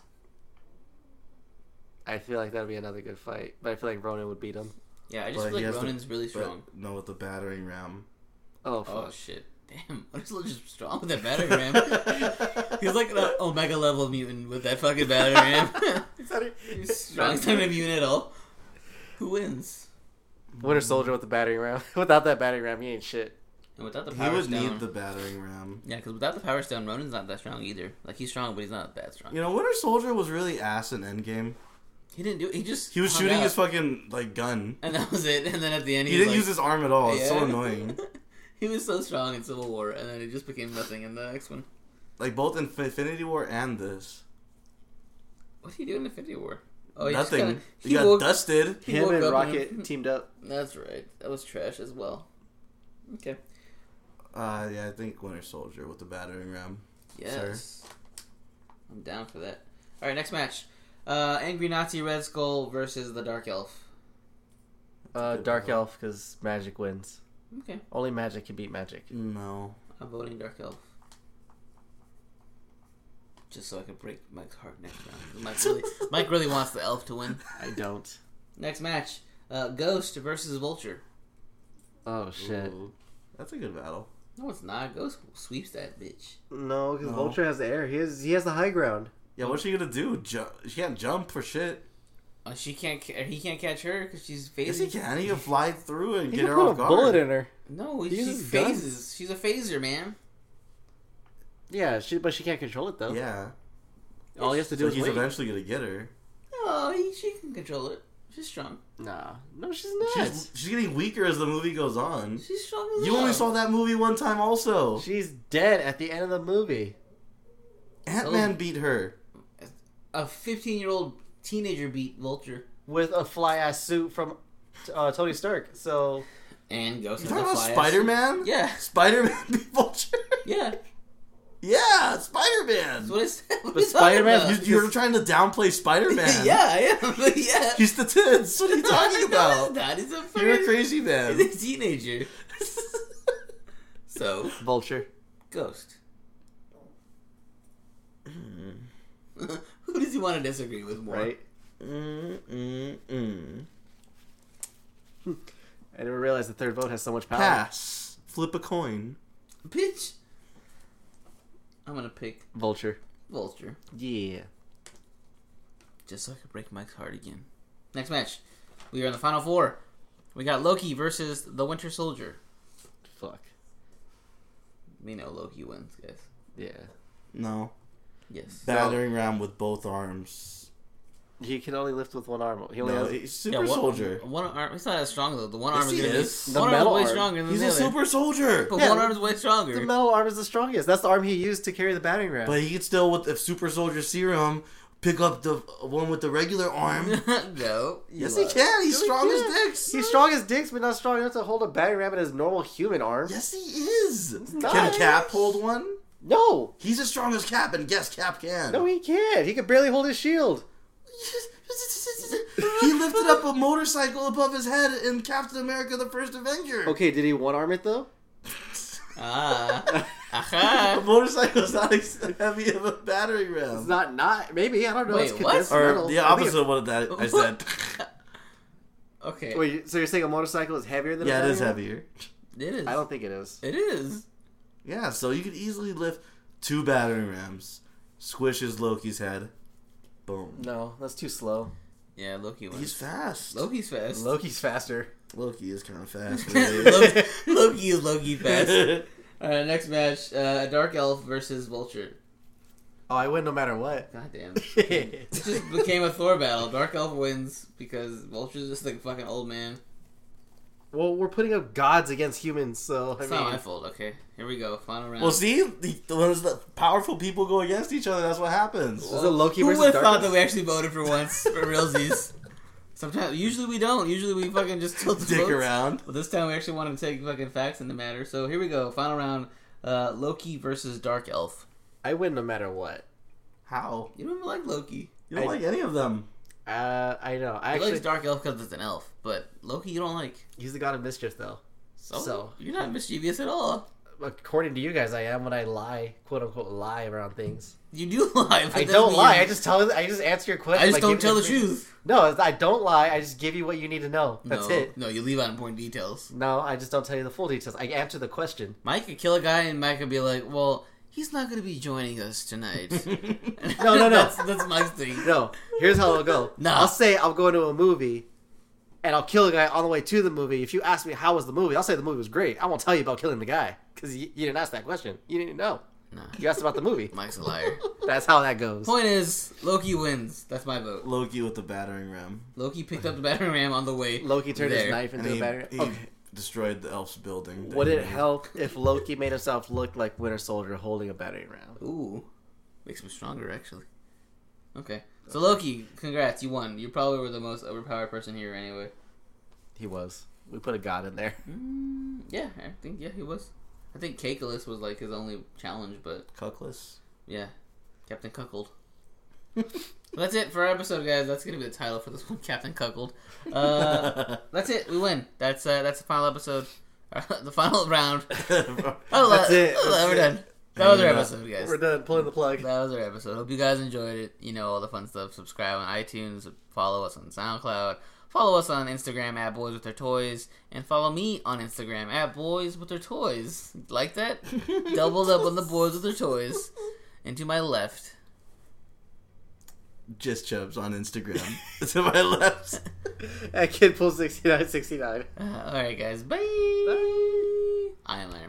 I feel like that'd be another good fight, but I feel like Ronan would beat him. Yeah, I just But he feel has like the- Ronan's really But strong. no, with the battering ram. Oh, Oh fuck. shit! Damn, Winter Soldier's strong with that battering ram. He's like an omega level mutant with that fucking battering ram. He's strong as not a mutant at all. Who wins? Winter Soldier with the battering ram. Without that battering ram, he ain't shit. And without the He power would stone, need the battering ram. yeah, because without the power stone, Ronan's not that strong either. Like he's strong, but he's not that strong. You know, Winter Soldier was really ass in Endgame. He didn't do. He just He was hung shooting out, his fucking like gun. Oh, and that was it. And then at the end, He he, didn't was like, use his arm at all. Oh, It's so Yeah. annoying. he was so strong in Civil War, and then it just became nothing in the next one. like both in Infinity War and this. What did he do in Infinity War? Oh, he just Nothing. kinda- he got dusted. he Him woke and up Rocket teamed up. That's right. That was trash as well. Okay. Uh, yeah, I think Winter Soldier with the battering ram. Yes. I'm down for that. All right, next match. Uh, Angry Nazi Red Skull versus the Dark Elf. Uh, Good Dark call. Elf, because magic wins. Okay, Only magic can beat magic. No, I'm voting Dark Elf. Just so I can break Mike's heart next round. Mike really, Mike really wants the elf to win. I don't. Next match, uh, Ghost versus Vulture. Oh, shit. Ooh, that's a good battle. No, it's not. Ghost sweeps that bitch. No, because No. Vulture has the air. He has, he has the high ground. Yeah, what's she gonna do? Jump? She can't jump for shit. Uh, she can't. ca- He can't catch her because she's Yes, he phasing. can. He can fly through and He get can her put a off guard. bullet in her. no, He she uses guns. phases. She's a phaser, man. Yeah, she, but she can't control it, though. Yeah, All he has to do so is he's wait. eventually gonna get her. Oh, he, she can control it. She's strong. Nah. No, she's She's, nuts. she's getting weaker as the movie goes on. She's strong as You only hell. saw that movie one time, also. She's, dead at the end of the movie. Ant Man beat her. a 15 year old teenager beat Vulture With a fly-ass suit from uh, Tony Stark. So, and Ghost. has You talking a about fly-ass- Spider Man? Yeah, Spider Man beat Vulture. yeah. Yeah, Spider Man. That's what I said. What But are you talking Spider-Man- about? You, you're trying to downplay Spider Man. yeah, yeah, yeah. He's the tits. What are you talking about? that is a fucking You're a crazy man. he's a teenager. so Vulture. Ghost. Hmm. Who does he want to disagree with more? Right? Mm-mm-mm. I didn't realize the third vote has so much power. Pass. Flip a coin. Bitch. I'm gonna pick Vulture. Vulture Yeah. just so I could break Mike's heart again. Next match, we are in the final four. We got Loki versus the Winter Soldier. Fuck. We know Loki wins, guys. Yeah. No. Yes. Battering ram with both arms. He can only lift with one arm. He only No, has. he's super yeah, one, soldier. One arm. He's not as strong though. The one Yes, arm is he gonna is. be. The one arm is metal way arm. stronger than He's the a other. super soldier. but Yeah, one arm is way stronger. The metal arm is the strongest. That's the arm he used to carry the battering ram. But he can still with the super soldier serum pick up the one with the regular arm. no. yes, he can. He's Really strong can. as dicks. He's strong as dicks, but not strong enough to hold a battering ram in his normal human arm. Yes, he is. not. Can Cap hold one? No, He's as strong as Cap, and yes, Cap can. no, he can't. He can barely hold his shield. he lifted up a motorcycle above his head in Captain America: The First Avenger. Okay, did he one arm it though? Ah. A Aha. motorcycle's not as heavy of a battery ram. It's not not maybe I don't know. Wait, it's what? condensed Or or metal. the I think opposite of what that I said. Okay. it- Wait, so you're saying a motorcycle is heavier than? a yeah, it battering is ram? heavier. It is. I don't think it is. It is. Yeah, so you could easily lift two battering rams, squishes Loki's head, boom. No, that's too slow. Yeah, Loki wins. He's fast. Loki's fast. Loki's faster. Loki is kind of fast. really. Loki, Loki is Loki fast. All right, next match: uh, Dark Elf versus Vulture. Oh, I win no matter what. God damn. It just became a Thor battle. Dark Elf wins because Vulture's just like a fucking old man. well, we're putting up gods against humans, so I It's mean, not my fault. Okay, here we go. Final round. well, see, the, when it's the powerful people go against each other, that's what happens. Is it Loki Who versus would've Dark thought Elf? that we actually voted for once for realsies? Sometimes, usually we don't. Usually we fucking just tilt the Dick votes. around. But this time we actually wanted to take fucking facts in the matter. So here we go. Final round: uh, Loki versus Dark Elf. I win no matter what. How? You don't even like Loki. You don't I- like any of them. Uh, I know. I He actually likes Dark Elf because it's an elf, but Loki you don't like. he's the god of mischief, though. So, So. you're not mischievous at all. According to you guys, I am when I lie, quote unquote, lie around things. You do lie. but I it doesn't don't mean- lie. I just tell. I just answer your question. I just by don't giving tell the information. truth. No, it's- I don't lie. I just give you what you need to know. That's no, it. No, you leave out important details. No, I just don't tell you the full details. I answer the question. Mike could kill a guy, and Mike could be like, "Well, he's not going to be joining us tonight." No, no, no. that's, that's Mike's thing. No, here's how it'll go. Nah. I'll say I'm going to a movie, and I'll kill a guy on the way to the movie. If you ask me how was the movie, I'll say the movie was great. I won't tell you about killing the guy because you, you didn't ask that question. You didn't know. Nah. You asked about the movie. Mike's a liar. That's how that goes. Point is, Loki wins. That's my vote. Loki with the battering ram. Loki picked up the battering ram on the way. Loki turned there. his knife And into he, a battery. he Okay. destroyed the elf's building. Would it They- help if Loki made himself look like Winter Soldier holding a battery round? Ooh, makes him stronger actually. Okay, so Loki, congrats, you won. You probably were the most overpowered person here anyway. He was. We put a god in there. Mm, yeah, I think yeah he was. I think Cakelus was like his only challenge, but Cuckless. yeah, Captain Cuckold. Well, that's it for our episode, guys. That's gonna be the title for this one, Captain Cuckold. Uh, that's it. We win. That's uh, that's the final episode, the final round. Oh, That's uh, it. oh, That's we're it. done. That was our Yeah. episode, guys. We're done pulling the plug. That was our episode. Hope you guys enjoyed it. You know all the fun stuff. Subscribe on iTunes. Follow us on SoundCloud. Follow us on Instagram at Boys with Their Toys, and follow me on Instagram at Boys with Their Toys. Like that? Doubled up on the Boys with Their Toys. And to my left, Just Chubs on Instagram. to my left. At Kid Pool 6969. uh, all right, guys. Bye. I am Iron Man.